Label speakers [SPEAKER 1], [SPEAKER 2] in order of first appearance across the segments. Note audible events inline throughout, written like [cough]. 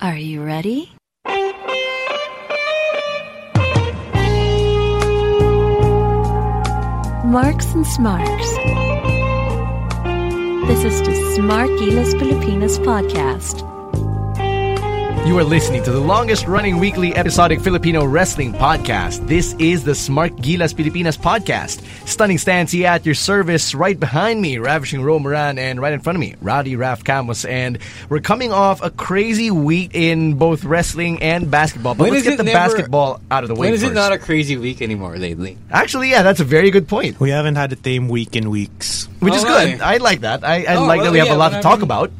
[SPEAKER 1] Are you ready? Marks and Smarks. This is the Smarkilas Pilipinas podcast.
[SPEAKER 2] You are listening to the longest running weekly episodic Filipino wrestling podcast. This is the Smart Gilas Pilipinas podcast. Stunning Stancy at your service, right behind me, Ravishing Ro Moran, and right in front of me, Rowdy Raf Camus. And we're coming off a crazy week in both wrestling and basketball. But
[SPEAKER 3] When
[SPEAKER 2] let's
[SPEAKER 3] is
[SPEAKER 2] get the
[SPEAKER 3] it never-
[SPEAKER 2] basketball out of the way
[SPEAKER 3] When is
[SPEAKER 2] first.
[SPEAKER 3] it not a crazy week anymore lately?
[SPEAKER 2] Actually, yeah, that's a very good point,
[SPEAKER 4] We haven't had the same week in weeks.
[SPEAKER 2] which is
[SPEAKER 3] Oh,
[SPEAKER 2] good.
[SPEAKER 3] right.
[SPEAKER 2] I like that. I, I
[SPEAKER 3] Oh,
[SPEAKER 2] like that
[SPEAKER 3] well,
[SPEAKER 2] we have
[SPEAKER 3] yeah,
[SPEAKER 2] a lot to
[SPEAKER 3] what
[SPEAKER 2] talk
[SPEAKER 3] happened-
[SPEAKER 2] about.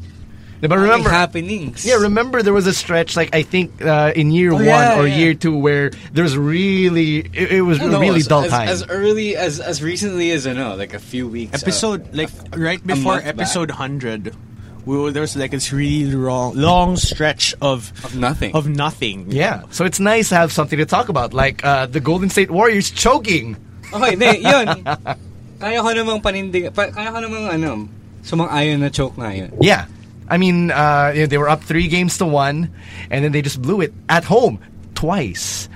[SPEAKER 2] But remember,
[SPEAKER 3] happenings.
[SPEAKER 2] Yeah, remember there was a stretch like I think uh, in year one
[SPEAKER 3] Oh, yeah,
[SPEAKER 2] or
[SPEAKER 3] yeah.
[SPEAKER 2] year two where there was really it, it was
[SPEAKER 3] I don't know,
[SPEAKER 2] a really
[SPEAKER 3] as-
[SPEAKER 2] dull
[SPEAKER 3] as,
[SPEAKER 2] time.
[SPEAKER 3] As early as as recently as I know, like a few weeks. uh,
[SPEAKER 4] Episode
[SPEAKER 3] out.
[SPEAKER 4] like right before
[SPEAKER 3] month back.
[SPEAKER 4] episode hundred, we were, there was like this really long, long stretch of
[SPEAKER 3] Of nothing.
[SPEAKER 4] Of nothing.
[SPEAKER 2] yeah, so it's nice to have something to talk about, like uh, the Golden State Warriors choking. [laughs]
[SPEAKER 3] Okay, hindi, yun. Kaya ko namang panindig, pa, kaya ko namang ano, sumang-ayon na choke na yun.
[SPEAKER 2] Yeah, I mean uh, yeah, they were up three games to one, and then they just blew it at home twice.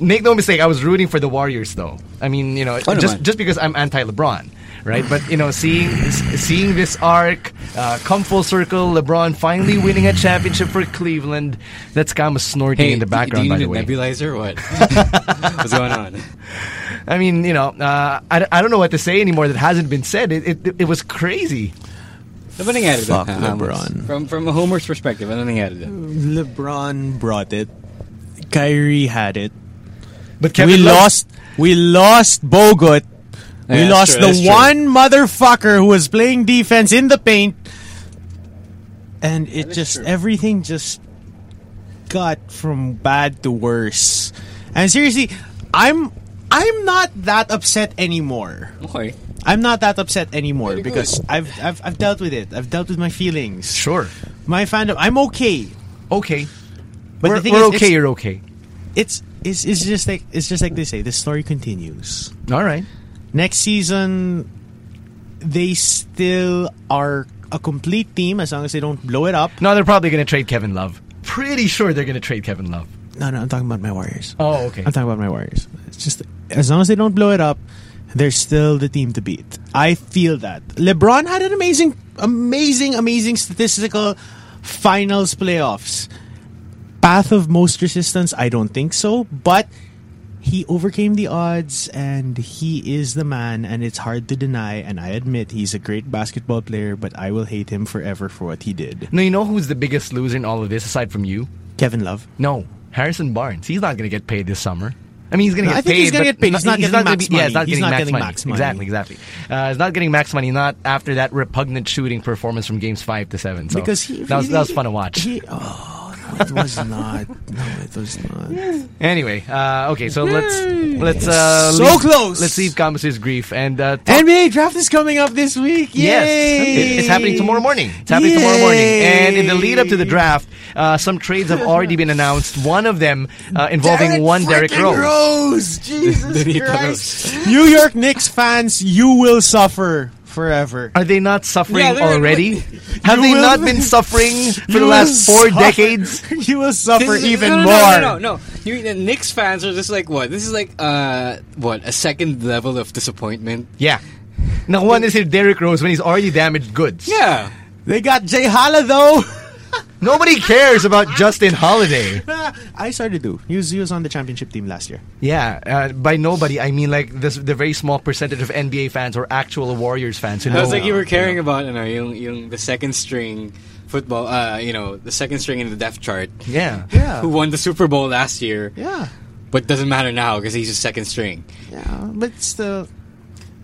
[SPEAKER 2] Make no mistake, I was rooting for the Warriors though. I mean, you know,
[SPEAKER 3] Oh,
[SPEAKER 2] just
[SPEAKER 3] naman.
[SPEAKER 2] just because I'm anti LeBron, right? But you know, seeing seeing this arc uh, come full circle, LeBron finally winning a championship for Cleveland. That's Kama snorting in the
[SPEAKER 3] do- do
[SPEAKER 2] background,
[SPEAKER 3] you
[SPEAKER 2] by
[SPEAKER 3] need
[SPEAKER 2] the
[SPEAKER 3] a
[SPEAKER 2] way. [laughs]
[SPEAKER 3] nebulizer or what? What's going on?
[SPEAKER 2] I mean, you know, uh, I, I don't know what to say anymore that hasn't been said. It it, it was crazy.
[SPEAKER 3] Ano ba nangyari doon?
[SPEAKER 4] Fuck
[SPEAKER 3] Ha, Hammers?
[SPEAKER 4] LeBron.
[SPEAKER 3] From, from a homer's perspective, ano nangyari doon?
[SPEAKER 4] LeBron brought it. Kyrie had it.
[SPEAKER 2] But
[SPEAKER 4] we
[SPEAKER 2] Kevin Love-
[SPEAKER 4] lost. We lost Bogut.
[SPEAKER 3] Yeah,
[SPEAKER 4] We
[SPEAKER 3] that's
[SPEAKER 4] lost
[SPEAKER 3] true,
[SPEAKER 4] the
[SPEAKER 3] that's true.
[SPEAKER 4] one motherfucker who was playing defense in the paint, and it
[SPEAKER 3] is
[SPEAKER 4] just
[SPEAKER 3] true.
[SPEAKER 4] everything just got from bad to worse. And seriously, I'm I'm not that upset anymore.
[SPEAKER 3] Okay.
[SPEAKER 4] I'm not that upset anymore
[SPEAKER 3] Very good.
[SPEAKER 4] because I've, I've I've dealt with it. I've dealt with my feelings.
[SPEAKER 2] Sure,
[SPEAKER 4] My fandom. I'm okay.
[SPEAKER 2] okay,
[SPEAKER 4] But
[SPEAKER 2] we're,
[SPEAKER 4] the thing
[SPEAKER 2] we're
[SPEAKER 4] is,
[SPEAKER 2] okay.
[SPEAKER 4] It's,
[SPEAKER 2] You're okay.
[SPEAKER 4] it's it's it's just like it's just like they say. The story continues.
[SPEAKER 2] All right.
[SPEAKER 4] next season they still are a complete team as long as they don't blow it up.
[SPEAKER 2] No, they're probably going to trade Kevin Love. Pretty sure they're going to trade Kevin Love.
[SPEAKER 4] No, no, I'm talking about my Warriors.
[SPEAKER 2] Oh, okay.
[SPEAKER 4] I'm talking about my Warriors. It's just as long as they don't blow it up, they're still the team to beat. I feel that. LeBron had an amazing amazing amazing statistical finals playoffs. Path of most resistance, I don't think so, but he overcame the odds and he is the man and it's hard to deny and I admit he's a great basketball player but I will hate him forever for what he did.
[SPEAKER 2] Now, you know who's the biggest loser in all of this aside from you?
[SPEAKER 4] Kevin Love.
[SPEAKER 2] No, Harrison Barnes. He's not going to get paid this summer. I mean, he's going to
[SPEAKER 4] No,
[SPEAKER 2] get
[SPEAKER 4] I think
[SPEAKER 2] paid.
[SPEAKER 4] he's gonna
[SPEAKER 2] but
[SPEAKER 4] get paid. He's not getting
[SPEAKER 2] gonna
[SPEAKER 4] max
[SPEAKER 2] be- Yeah, he's not
[SPEAKER 4] money. He's
[SPEAKER 2] getting,
[SPEAKER 4] not
[SPEAKER 2] max,
[SPEAKER 4] getting
[SPEAKER 2] money.
[SPEAKER 4] max money.
[SPEAKER 2] Exactly, exactly. Uh, he's not getting max money. Not after that repugnant shooting performance from games five to seven. So
[SPEAKER 4] Because he
[SPEAKER 2] that, was, that
[SPEAKER 4] really-
[SPEAKER 2] was fun to watch.
[SPEAKER 4] He, oh, no, it was not. No, it was not.
[SPEAKER 2] anyway, uh, okay, so let's let's uh,
[SPEAKER 4] So
[SPEAKER 2] leave-
[SPEAKER 4] close.
[SPEAKER 2] Let's leave Kamas's grief and uh, talk
[SPEAKER 4] NBA draft is coming up this week. Yay!
[SPEAKER 2] Yes, It- it's happening tomorrow morning. It's happening tomorrow morning, and in the lead up to the
[SPEAKER 4] Yay!
[SPEAKER 2] draft, uh, some trades have already been announced. One of them uh, involving one Derrick
[SPEAKER 4] freaking
[SPEAKER 2] Rose. [laughs]
[SPEAKER 4] Rose. Jesus
[SPEAKER 3] Derrick
[SPEAKER 4] Christ. New York Knicks fans, you will suffer forever.
[SPEAKER 2] Are they not suffering
[SPEAKER 3] Yeah, they're-
[SPEAKER 2] already? Have they
[SPEAKER 4] will-
[SPEAKER 2] not been suffering for
[SPEAKER 4] [laughs] You
[SPEAKER 2] the last
[SPEAKER 4] will
[SPEAKER 2] four
[SPEAKER 4] suffer-
[SPEAKER 2] decades?
[SPEAKER 4] [laughs] You will suffer
[SPEAKER 3] This is-
[SPEAKER 4] even
[SPEAKER 3] no, no,
[SPEAKER 4] more.
[SPEAKER 3] No, no, no, no. You, the Knicks fans are just like, what? This is like, uh, what, a second level of disappointment?
[SPEAKER 2] Yeah. Now one is here Derrick Rose when he's already damaged goods.
[SPEAKER 3] Yeah.
[SPEAKER 4] They got Jay Hala though. [laughs]
[SPEAKER 2] Nobody cares about Justin Holiday.
[SPEAKER 4] I started to. He was, he was on the championship team last year.
[SPEAKER 2] Yeah, uh, by nobody I mean like this, the very small percentage of NBA fans or actual Warriors fans who know.
[SPEAKER 3] I was like, you were caring about, you know, yung, yung the second string football, uh, you know, the second string in the depth chart.
[SPEAKER 2] Yeah.
[SPEAKER 4] Yeah.
[SPEAKER 3] Who won the Super Bowl last year,
[SPEAKER 4] Yeah.
[SPEAKER 3] but doesn't matter now because he's just second string.
[SPEAKER 4] Yeah, but still,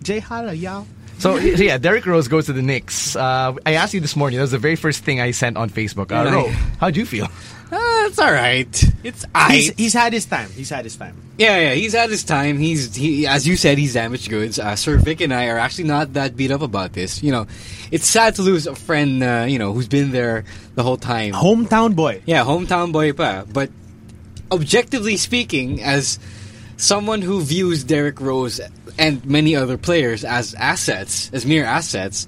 [SPEAKER 4] Jay Hala, y'all.
[SPEAKER 2] So, so yeah, Derrick Rose goes to the Knicks. Uh, I asked you this morning. That was the very first thing I sent on Facebook. Uh,
[SPEAKER 3] Yeah.
[SPEAKER 2] Ro, how do you feel?
[SPEAKER 3] Ah, it's all right. It's I.
[SPEAKER 4] He's, he's had his time. He's had his time.
[SPEAKER 3] Yeah, yeah, he's had his time. He's he, as you said, he's damaged goods. Uh, Sir Vic and I are actually not that beat up about this. You know, it's sad to lose a friend. Uh, you know, who's been there the whole time.
[SPEAKER 4] Hometown boy.
[SPEAKER 3] Yeah, hometown boy pa. But objectively speaking, as someone who views Derrick Rose and many other players as assets, as mere assets,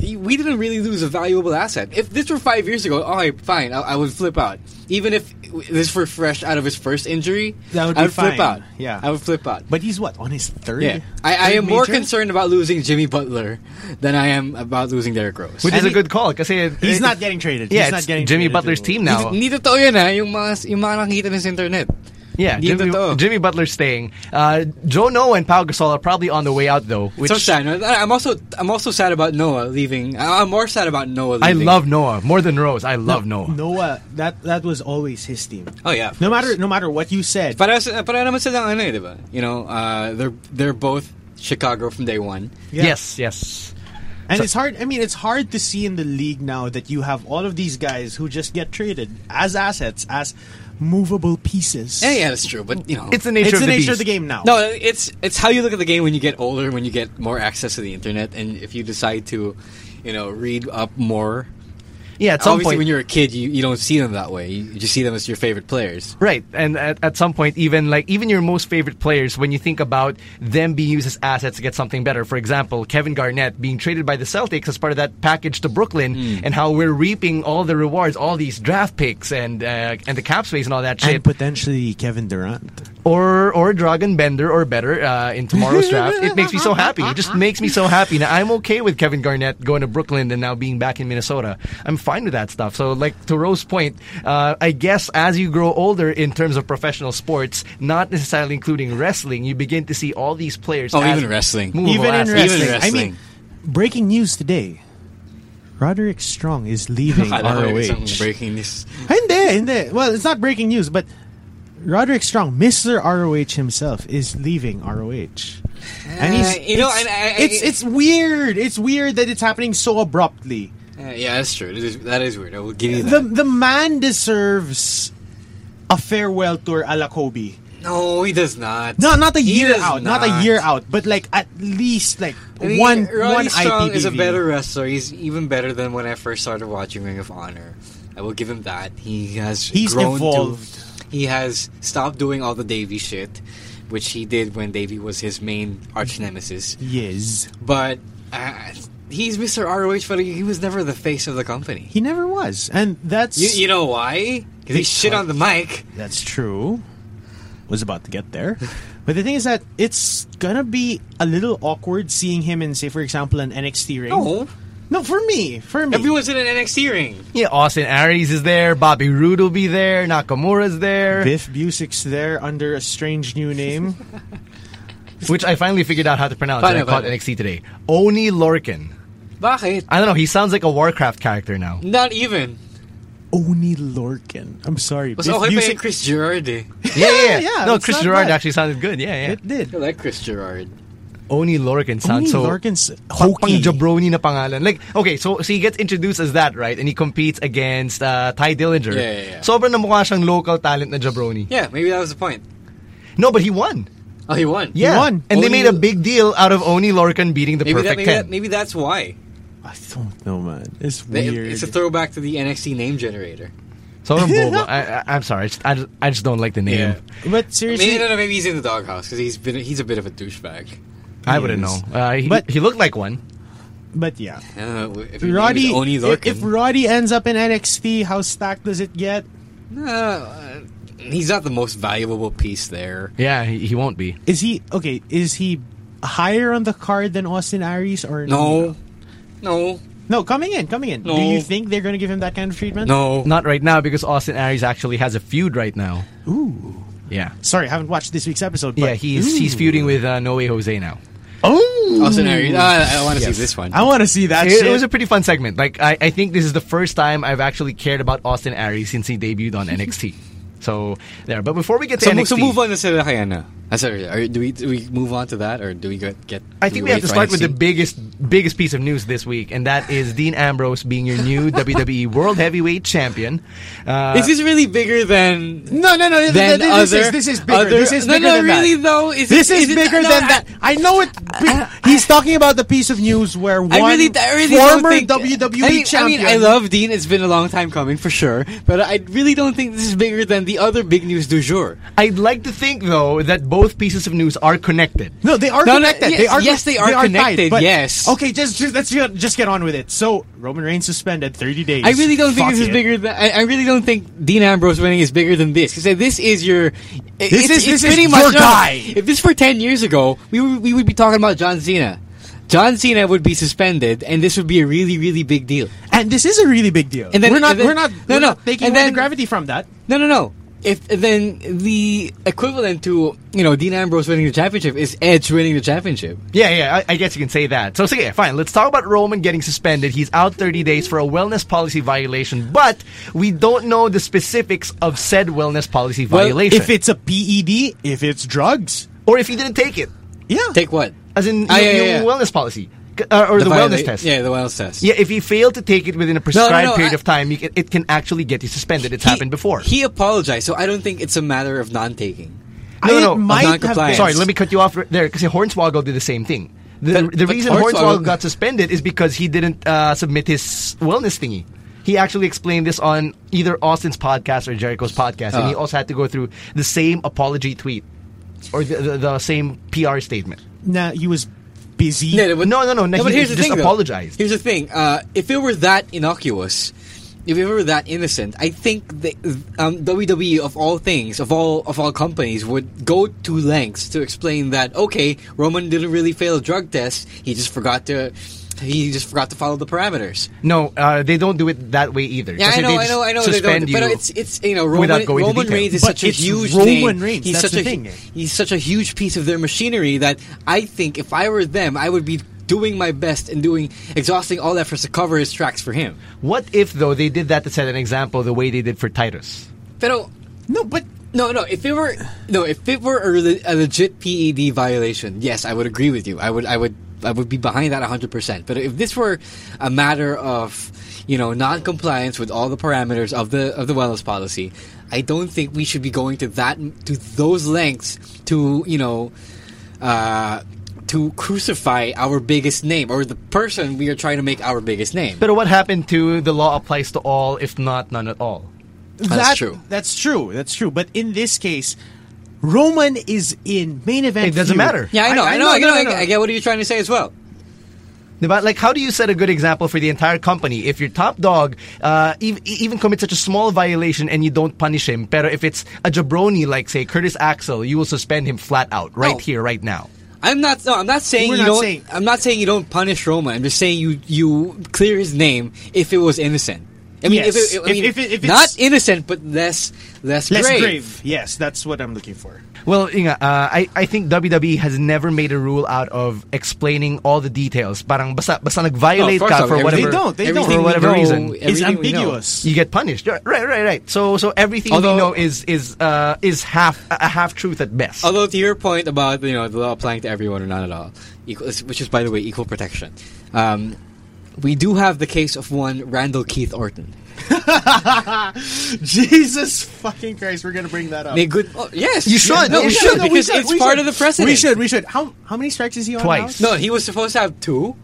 [SPEAKER 3] we didn't really lose a valuable asset. If this were five years ago, all right, fine, I, I would flip out. Even if this were fresh out of his first injury,
[SPEAKER 4] That would
[SPEAKER 3] I
[SPEAKER 4] be
[SPEAKER 3] would flip
[SPEAKER 4] fine.
[SPEAKER 3] out.
[SPEAKER 4] Yeah.
[SPEAKER 3] I would flip out.
[SPEAKER 4] But he's what on his third.
[SPEAKER 3] yeah, I, I
[SPEAKER 4] third
[SPEAKER 3] am more
[SPEAKER 4] major?
[SPEAKER 3] concerned about losing Jimmy Butler than I am about losing Derrick Rose.
[SPEAKER 2] Which
[SPEAKER 4] And
[SPEAKER 2] is a
[SPEAKER 4] he-
[SPEAKER 2] good call because
[SPEAKER 4] He's not getting traded.
[SPEAKER 2] Yeah,
[SPEAKER 4] he's not
[SPEAKER 2] it's
[SPEAKER 4] getting
[SPEAKER 2] Jimmy
[SPEAKER 4] traded
[SPEAKER 2] Butler's
[SPEAKER 4] to-
[SPEAKER 2] team now.
[SPEAKER 3] Hindi, hindi totoo yun ha, yung mga, yung mga nakikita niya sa internet.
[SPEAKER 2] Yeah,
[SPEAKER 3] Hindi
[SPEAKER 2] Jimmy,
[SPEAKER 3] totoo.
[SPEAKER 2] Jimmy Butler's staying. Uh, Joe Noah and Pau Gasol are probably on the way out though. Which
[SPEAKER 3] so sad. No, I'm also I'm also sad about Noah leaving. I- I'm more sad about Noah.
[SPEAKER 2] I
[SPEAKER 3] leaving.
[SPEAKER 2] love Noah more than Rose. I love Noah.
[SPEAKER 4] Noah, that that was always his team.
[SPEAKER 3] Oh yeah.
[SPEAKER 4] No matter no matter what you said,
[SPEAKER 3] Para sa- para naman silang ano eh, di ba? You know, uh, they're they're both Chicago from day one.
[SPEAKER 4] Yeah.
[SPEAKER 2] Yes, yes.
[SPEAKER 4] and it's hard. I mean, it's hard to see in the league now that you have all of these guys who just get traded as assets, as movable pieces.
[SPEAKER 3] Yeah, yeah, that's true. But you know,
[SPEAKER 2] It's the nature, of,
[SPEAKER 4] it's the
[SPEAKER 2] the beast.
[SPEAKER 4] nature of the game now.
[SPEAKER 3] no, it's it's how you look at the game when you get older, when you get more access to the internet, and if you decide to, you know, read up more.
[SPEAKER 2] Yeah, at some
[SPEAKER 3] Obviously,
[SPEAKER 2] point
[SPEAKER 3] when you're a kid, you, you don't see them that way. You you just see them as your favorite players.
[SPEAKER 2] Right, and at, at some point, even like even your most favorite players, when you think about them being used as assets to get something better. For example, Kevin Garnett being traded by the Celtics as part of that package to Brooklyn, and how we're reaping all the rewards, all these draft picks, and uh, and the cap space and all that shit,
[SPEAKER 4] and potentially Kevin Durant.
[SPEAKER 2] or or Dragon Bender or better uh, in tomorrow's draft. It makes me so happy. It just makes me so happy. Now I'm okay with Kevin Garnett going to Brooklyn and now being back in Minnesota. I'm fine with that stuff. So like to Rose's point, uh, I guess as you grow older in terms of professional sports, not necessarily including wrestling, you begin to see all these players.
[SPEAKER 3] Oh,
[SPEAKER 2] as
[SPEAKER 3] even wrestling.
[SPEAKER 2] movable
[SPEAKER 4] even in
[SPEAKER 2] assets.
[SPEAKER 4] wrestling.
[SPEAKER 3] Even
[SPEAKER 4] I mean,
[SPEAKER 3] wrestling.
[SPEAKER 4] breaking news today: Roderick Strong is
[SPEAKER 3] [laughs]
[SPEAKER 4] leaving
[SPEAKER 3] I don't know,
[SPEAKER 4] ROH.
[SPEAKER 3] it's something breaking this. [laughs]
[SPEAKER 4] Hindi, hindi. Well, it's not breaking news, but Roderick Strong, Mister ROH himself, is leaving ROH. And he's,
[SPEAKER 3] Uh, you know,
[SPEAKER 4] it's,
[SPEAKER 3] and I- I-
[SPEAKER 4] it's it's weird. It's weird that it's happening so abruptly.
[SPEAKER 3] Uh, yeah, that's true. That is, that is weird. I will give you that.
[SPEAKER 4] The the man deserves a farewell tour a la Kobe.
[SPEAKER 3] No, he does not.
[SPEAKER 4] No, not a
[SPEAKER 3] He
[SPEAKER 4] year
[SPEAKER 3] does
[SPEAKER 4] out, not. a year out, but like at least like
[SPEAKER 3] I mean,
[SPEAKER 4] one
[SPEAKER 3] Roddy
[SPEAKER 4] one
[SPEAKER 3] Strong is a
[SPEAKER 4] IPBB.
[SPEAKER 3] better wrestler. He's even better than when I first started watching Ring of Honor. I will give him that. He has
[SPEAKER 4] He's
[SPEAKER 3] grown to-
[SPEAKER 4] evolved.
[SPEAKER 3] he has stopped doing all the Davy shit, which he did when Davy was his main arch nemesis.
[SPEAKER 4] Yes,
[SPEAKER 3] But uh, he's Mr. ROH, but he was never the face of the company.
[SPEAKER 4] he never was, and that's
[SPEAKER 3] You, you know why? Because he
[SPEAKER 4] Because-
[SPEAKER 3] shit on the mic.
[SPEAKER 4] That's true. Was about to get there. But the thing is that it's gonna be a little awkward seeing him in, say, for example, an NXT ring.
[SPEAKER 3] No,
[SPEAKER 4] No, for me, for me.
[SPEAKER 3] everyone's in an NXT ring.
[SPEAKER 2] Yeah, Austin Aries is there. Bobby Roode will be there. Nakamura's there.
[SPEAKER 4] Biff Busick's there under a strange new name.
[SPEAKER 3] [laughs]
[SPEAKER 2] Which I finally figured out how to pronounce.
[SPEAKER 3] Paano,
[SPEAKER 2] and I caught
[SPEAKER 3] paano?
[SPEAKER 2] NXT today. Oni Lorcan.
[SPEAKER 3] Bakit?
[SPEAKER 2] I don't know. He sounds like a Warcraft character now.
[SPEAKER 3] Not even.
[SPEAKER 4] Oni Lorcan. I'm sorry.
[SPEAKER 3] Was
[SPEAKER 4] Biff
[SPEAKER 3] okay pa
[SPEAKER 4] Busick-
[SPEAKER 3] yung Chris
[SPEAKER 4] [laughs]
[SPEAKER 3] Gerard eh.
[SPEAKER 2] Yeah, yeah,
[SPEAKER 4] Yeah, yeah,
[SPEAKER 2] No,
[SPEAKER 4] it's
[SPEAKER 2] Chris
[SPEAKER 4] not
[SPEAKER 2] Gerard
[SPEAKER 4] bad.
[SPEAKER 2] actually sounded good. Yeah, yeah.
[SPEAKER 4] It did.
[SPEAKER 3] I like Chris Gerard.
[SPEAKER 2] Oni Lorcan
[SPEAKER 4] Oni
[SPEAKER 2] sounds so
[SPEAKER 4] Lorcan's
[SPEAKER 2] pang
[SPEAKER 4] hokey.
[SPEAKER 2] jabroni na pangalan. Like, okay, so so he gets introduced as that, right? And he competes against uh, Ty Dillinger.
[SPEAKER 3] Yeah, yeah, yeah.
[SPEAKER 2] Sobrang namukha siyang local talent na jabroni.
[SPEAKER 3] Yeah, maybe that was the point.
[SPEAKER 2] No, but he won.
[SPEAKER 3] Oh, he won.
[SPEAKER 2] Yeah.
[SPEAKER 4] won.
[SPEAKER 2] And they
[SPEAKER 3] Oni-
[SPEAKER 2] made a big deal out of Oni Lorcan beating the
[SPEAKER 3] Maybe that,
[SPEAKER 2] perfect
[SPEAKER 3] maybe,
[SPEAKER 2] 10.
[SPEAKER 3] that, maybe that's why.
[SPEAKER 4] I don't know, man. It's
[SPEAKER 3] They-
[SPEAKER 4] weird.
[SPEAKER 3] It's a throwback to the NXT name generator.
[SPEAKER 2] Sobrang bobo. I, I, am sorry. I just, I, just, I just don't like the name.
[SPEAKER 4] but
[SPEAKER 3] Maybe,
[SPEAKER 4] seriously,
[SPEAKER 3] no, no, maybe he's in the doghouse because he's been he's a bit of a douchebag.
[SPEAKER 2] I wouldn't know.
[SPEAKER 4] Yes.
[SPEAKER 2] Uh, he,
[SPEAKER 4] But-
[SPEAKER 2] he looked like one.
[SPEAKER 4] but yeah.
[SPEAKER 3] I don't know if
[SPEAKER 4] Roddy,
[SPEAKER 3] Roddy Oni
[SPEAKER 4] if, if
[SPEAKER 3] Lorcan.
[SPEAKER 4] Roddy ends up in NXT, how stacked does it get?
[SPEAKER 3] No, uh, he's not the most valuable piece there.
[SPEAKER 2] Yeah, he, he won't be.
[SPEAKER 4] Is he okay? Is he higher on the card than Austin Aries or
[SPEAKER 3] No, no,
[SPEAKER 4] No, coming in, coming in.
[SPEAKER 3] No.
[SPEAKER 4] Do you think they're going to give him that kind of treatment?
[SPEAKER 3] no.
[SPEAKER 2] Not right now because Austin Aries actually has a feud right now. Ooh. Yeah.
[SPEAKER 4] Sorry, I haven't watched this week's episode. But,
[SPEAKER 2] Yeah, he's he's
[SPEAKER 4] Ooh.
[SPEAKER 2] feuding with uh, Noe Jose now.
[SPEAKER 4] Oh,
[SPEAKER 3] Austin Aries. Ah, I want to see this one.
[SPEAKER 4] I want to see that.
[SPEAKER 2] It,
[SPEAKER 4] shit.
[SPEAKER 2] it was a pretty fun
[SPEAKER 3] [laughs]
[SPEAKER 2] segment. Like I, I think this is the first time I've actually cared about Austin Aries since he debuted on NXT. So there. But before we get to
[SPEAKER 3] So,
[SPEAKER 2] NXT,
[SPEAKER 3] so move on to sila kaya na. Ah, sorry, are, do we do we move on to that or do we get? get
[SPEAKER 2] I
[SPEAKER 3] do
[SPEAKER 2] think we have
[SPEAKER 3] wait
[SPEAKER 2] to
[SPEAKER 3] for
[SPEAKER 2] start with the
[SPEAKER 3] NXT?
[SPEAKER 2] biggest biggest piece of news this week, and that is Dean Ambrose being your
[SPEAKER 3] [laughs]
[SPEAKER 2] new WWE World Heavyweight Champion. Uh,
[SPEAKER 3] Is this really bigger than
[SPEAKER 4] No, no, no. th-
[SPEAKER 3] than
[SPEAKER 4] th- this,
[SPEAKER 3] other?
[SPEAKER 4] is, this is bigger.
[SPEAKER 3] other-
[SPEAKER 4] this is
[SPEAKER 3] no,
[SPEAKER 4] bigger
[SPEAKER 3] no,
[SPEAKER 4] than
[SPEAKER 3] really
[SPEAKER 4] that.
[SPEAKER 3] though. Is
[SPEAKER 4] This
[SPEAKER 3] it,
[SPEAKER 4] is
[SPEAKER 3] it-
[SPEAKER 4] bigger
[SPEAKER 3] no,
[SPEAKER 4] than
[SPEAKER 3] I-
[SPEAKER 4] that. I know it. He's talking about the piece of news where one
[SPEAKER 3] I really, I really
[SPEAKER 4] former
[SPEAKER 3] don't think,
[SPEAKER 4] WWE
[SPEAKER 3] I mean,
[SPEAKER 4] champion.
[SPEAKER 3] I mean, I love Dean. It's been a long time coming for sure, but I really don't think this is bigger than the other big news du jour.
[SPEAKER 2] I'd like to think though that both pieces of news are connected.
[SPEAKER 4] No, they are
[SPEAKER 3] No, no,
[SPEAKER 4] connected.
[SPEAKER 3] yes-
[SPEAKER 4] they are
[SPEAKER 3] yes, they are connected,
[SPEAKER 4] but-
[SPEAKER 3] yes.
[SPEAKER 4] Okay, just, just let's ju- just get on with it. So Roman Reigns suspended thirty days.
[SPEAKER 3] I really don't think
[SPEAKER 4] Fuck
[SPEAKER 3] this is
[SPEAKER 4] it.
[SPEAKER 3] bigger than. I, I really don't think Dean Ambrose winning is bigger than this. Because this is your. This
[SPEAKER 4] is- this is your guy.
[SPEAKER 3] If this were ten years ago, we would, we would be talking about John Cena. John Cena would be suspended, and this would be a really really big deal.
[SPEAKER 4] And this is a really big deal.
[SPEAKER 3] And then-
[SPEAKER 4] we're not.
[SPEAKER 3] and then-
[SPEAKER 4] we're not.
[SPEAKER 3] no,
[SPEAKER 4] we're
[SPEAKER 3] no,
[SPEAKER 4] not taking
[SPEAKER 3] and
[SPEAKER 4] away
[SPEAKER 3] then-
[SPEAKER 4] the gravity from that.
[SPEAKER 3] No, no, no. If then the equivalent to you know Dean Ambrose winning the championship is Edge winning the championship.
[SPEAKER 2] Yeah, yeah, I, I guess you can say that. So, okay, fine. Let's talk about Roman getting suspended. He's out 30 days for a wellness policy violation, but we don't know the specifics of said wellness policy
[SPEAKER 3] Well,
[SPEAKER 2] violation.
[SPEAKER 4] If it's a PED, if it's drugs,
[SPEAKER 2] or if he didn't take it,
[SPEAKER 4] yeah.
[SPEAKER 3] Take what?
[SPEAKER 2] as in
[SPEAKER 3] Ah,
[SPEAKER 2] your,
[SPEAKER 3] yeah, yeah,
[SPEAKER 2] your
[SPEAKER 3] yeah.
[SPEAKER 2] wellness policy c- uh, or the,
[SPEAKER 3] viola-
[SPEAKER 2] wellness test.
[SPEAKER 3] Yeah, the wellness test.
[SPEAKER 2] Yeah, if he failed to take it within a
[SPEAKER 3] no,
[SPEAKER 2] prescribed
[SPEAKER 3] no,
[SPEAKER 2] period
[SPEAKER 3] I-
[SPEAKER 2] of time, you can, it can actually get you suspended. It's
[SPEAKER 3] He-
[SPEAKER 2] happened before.
[SPEAKER 3] He apologized, so I don't think it's a matter of non-taking.
[SPEAKER 2] No, no, no,
[SPEAKER 4] it
[SPEAKER 2] of
[SPEAKER 4] might have been-
[SPEAKER 3] non-compliance.
[SPEAKER 2] Sorry, let me cut you off r- there because Hornswoggle did the same thing. The,
[SPEAKER 3] But-
[SPEAKER 2] the
[SPEAKER 3] but
[SPEAKER 2] reason
[SPEAKER 3] Hornswoggle-
[SPEAKER 2] Hornswoggle got suspended is because he didn't uh, submit his wellness thingy. He actually explained this on either Austin's podcast or Jericho's podcast, and he
[SPEAKER 3] Uh.
[SPEAKER 2] also had to go through the same apology tweet or the, the, the same PR statement.
[SPEAKER 4] Nah, he was busy.
[SPEAKER 3] No, but,
[SPEAKER 2] No, no, no, no, he
[SPEAKER 3] but here's the
[SPEAKER 2] just
[SPEAKER 3] thing, though.
[SPEAKER 2] apologized.
[SPEAKER 3] Here's the thing. Uh, if it were that innocuous, if it were that innocent, I think the, um, WWE of all things, of all of all companies, would go to lengths to explain that. Okay, Roman didn't really fail a drug test. He just forgot to. He just forgot to follow the parameters.
[SPEAKER 2] No, uh, they don't do it that way either.
[SPEAKER 3] Yeah,
[SPEAKER 2] Kasi they
[SPEAKER 3] I know, I
[SPEAKER 2] just
[SPEAKER 3] know, I know. They
[SPEAKER 2] Suspend
[SPEAKER 3] don't, but
[SPEAKER 2] you.
[SPEAKER 3] it's it's you know
[SPEAKER 2] without
[SPEAKER 3] Roman,
[SPEAKER 2] going into
[SPEAKER 3] Roman
[SPEAKER 2] detail.
[SPEAKER 3] Reigns is
[SPEAKER 4] But
[SPEAKER 3] such a
[SPEAKER 4] it's
[SPEAKER 3] huge
[SPEAKER 4] Roman
[SPEAKER 3] name.
[SPEAKER 4] Reigns,
[SPEAKER 3] He's
[SPEAKER 4] that's
[SPEAKER 3] such
[SPEAKER 4] the
[SPEAKER 3] a
[SPEAKER 4] thing.
[SPEAKER 3] he's such a huge piece of their machinery that I think if I were them, I would be doing my best and doing exhausting all efforts to cover his tracks for him.
[SPEAKER 2] What if though they did that to set an example the way they did for Titus?
[SPEAKER 3] Pero
[SPEAKER 4] no, but
[SPEAKER 3] no, no. If it were no, if it were a, le- a legit PED violation, yes, I would agree with you. I would, I would, I would be behind that hundred percent. But if this were a matter of you know non-compliance with all the parameters of the of the wellness policy, I don't think we should be going to that to those lengths to you know. Uh, to crucify our biggest name or the person we are trying to make our biggest name.
[SPEAKER 2] But what happened to the law applies to all, if not none at all?
[SPEAKER 3] That's
[SPEAKER 4] that-
[SPEAKER 3] true.
[SPEAKER 4] That's true. That's true. But in this case, Roman is in main event.
[SPEAKER 2] It doesn't
[SPEAKER 4] feud.
[SPEAKER 2] matter.
[SPEAKER 3] yeah, I know, I, know, I know,
[SPEAKER 4] no,
[SPEAKER 3] I,
[SPEAKER 4] no, no.
[SPEAKER 3] I get what you're trying to say as well.
[SPEAKER 2] Diba? Like, how do you set a good example for the entire company if your top dog uh, ev- e- even commits such a small violation and you don't punish him? Pero if it's a jabroni like, say, Curtis Axel, you will suspend him flat out right
[SPEAKER 4] Oh.
[SPEAKER 3] No.
[SPEAKER 2] here, right now.
[SPEAKER 3] I'm not. No, I'm not saying
[SPEAKER 4] We're
[SPEAKER 3] you
[SPEAKER 4] not
[SPEAKER 3] don't.
[SPEAKER 4] saying-
[SPEAKER 3] I'm not saying you don't punish Roma. I'm just saying you you clear his name if it was innocent. I mean,
[SPEAKER 4] Yes.
[SPEAKER 3] if, it, I
[SPEAKER 4] If-
[SPEAKER 3] mean
[SPEAKER 4] if it- if
[SPEAKER 3] not
[SPEAKER 4] it's-
[SPEAKER 3] innocent, but less less,
[SPEAKER 4] Less
[SPEAKER 3] grave.
[SPEAKER 4] grave. Yes, that's what I'm looking for.
[SPEAKER 2] Well, Inga, uh, I, I think WWE has never made a rule out of explaining all the details. Parang basta, basta nag-violate
[SPEAKER 3] No, of course
[SPEAKER 2] ka
[SPEAKER 3] not.
[SPEAKER 2] for
[SPEAKER 3] Oh, Everything-
[SPEAKER 2] whatever,
[SPEAKER 4] Oh, They don't, they don't.
[SPEAKER 2] For
[SPEAKER 3] everything we
[SPEAKER 2] whatever
[SPEAKER 3] know-
[SPEAKER 2] reason.
[SPEAKER 4] It's
[SPEAKER 3] everything we know.
[SPEAKER 4] ambiguous.
[SPEAKER 2] You get punished. Right, right, right. So, so everything
[SPEAKER 3] Although-
[SPEAKER 2] we know is is uh, is half a half truth at best.
[SPEAKER 3] Although to your point about you know the law applying to everyone or not at all, equal, which is by the way equal protection. Um, we do have the case of one Randall Keith Orton.
[SPEAKER 4] [laughs] Jesus fucking Christ, we're gonna bring that up.
[SPEAKER 3] They good. Oh, yes,
[SPEAKER 2] You should.
[SPEAKER 3] No,
[SPEAKER 2] You
[SPEAKER 3] we
[SPEAKER 2] should.
[SPEAKER 3] should
[SPEAKER 4] No, we
[SPEAKER 3] because
[SPEAKER 4] should,
[SPEAKER 3] it's
[SPEAKER 4] we
[SPEAKER 3] part
[SPEAKER 4] should.
[SPEAKER 3] of the precedent.
[SPEAKER 4] We should. We should. How how many strikes is he on?
[SPEAKER 2] Twice.
[SPEAKER 3] No,
[SPEAKER 4] now?
[SPEAKER 3] he was supposed to have two,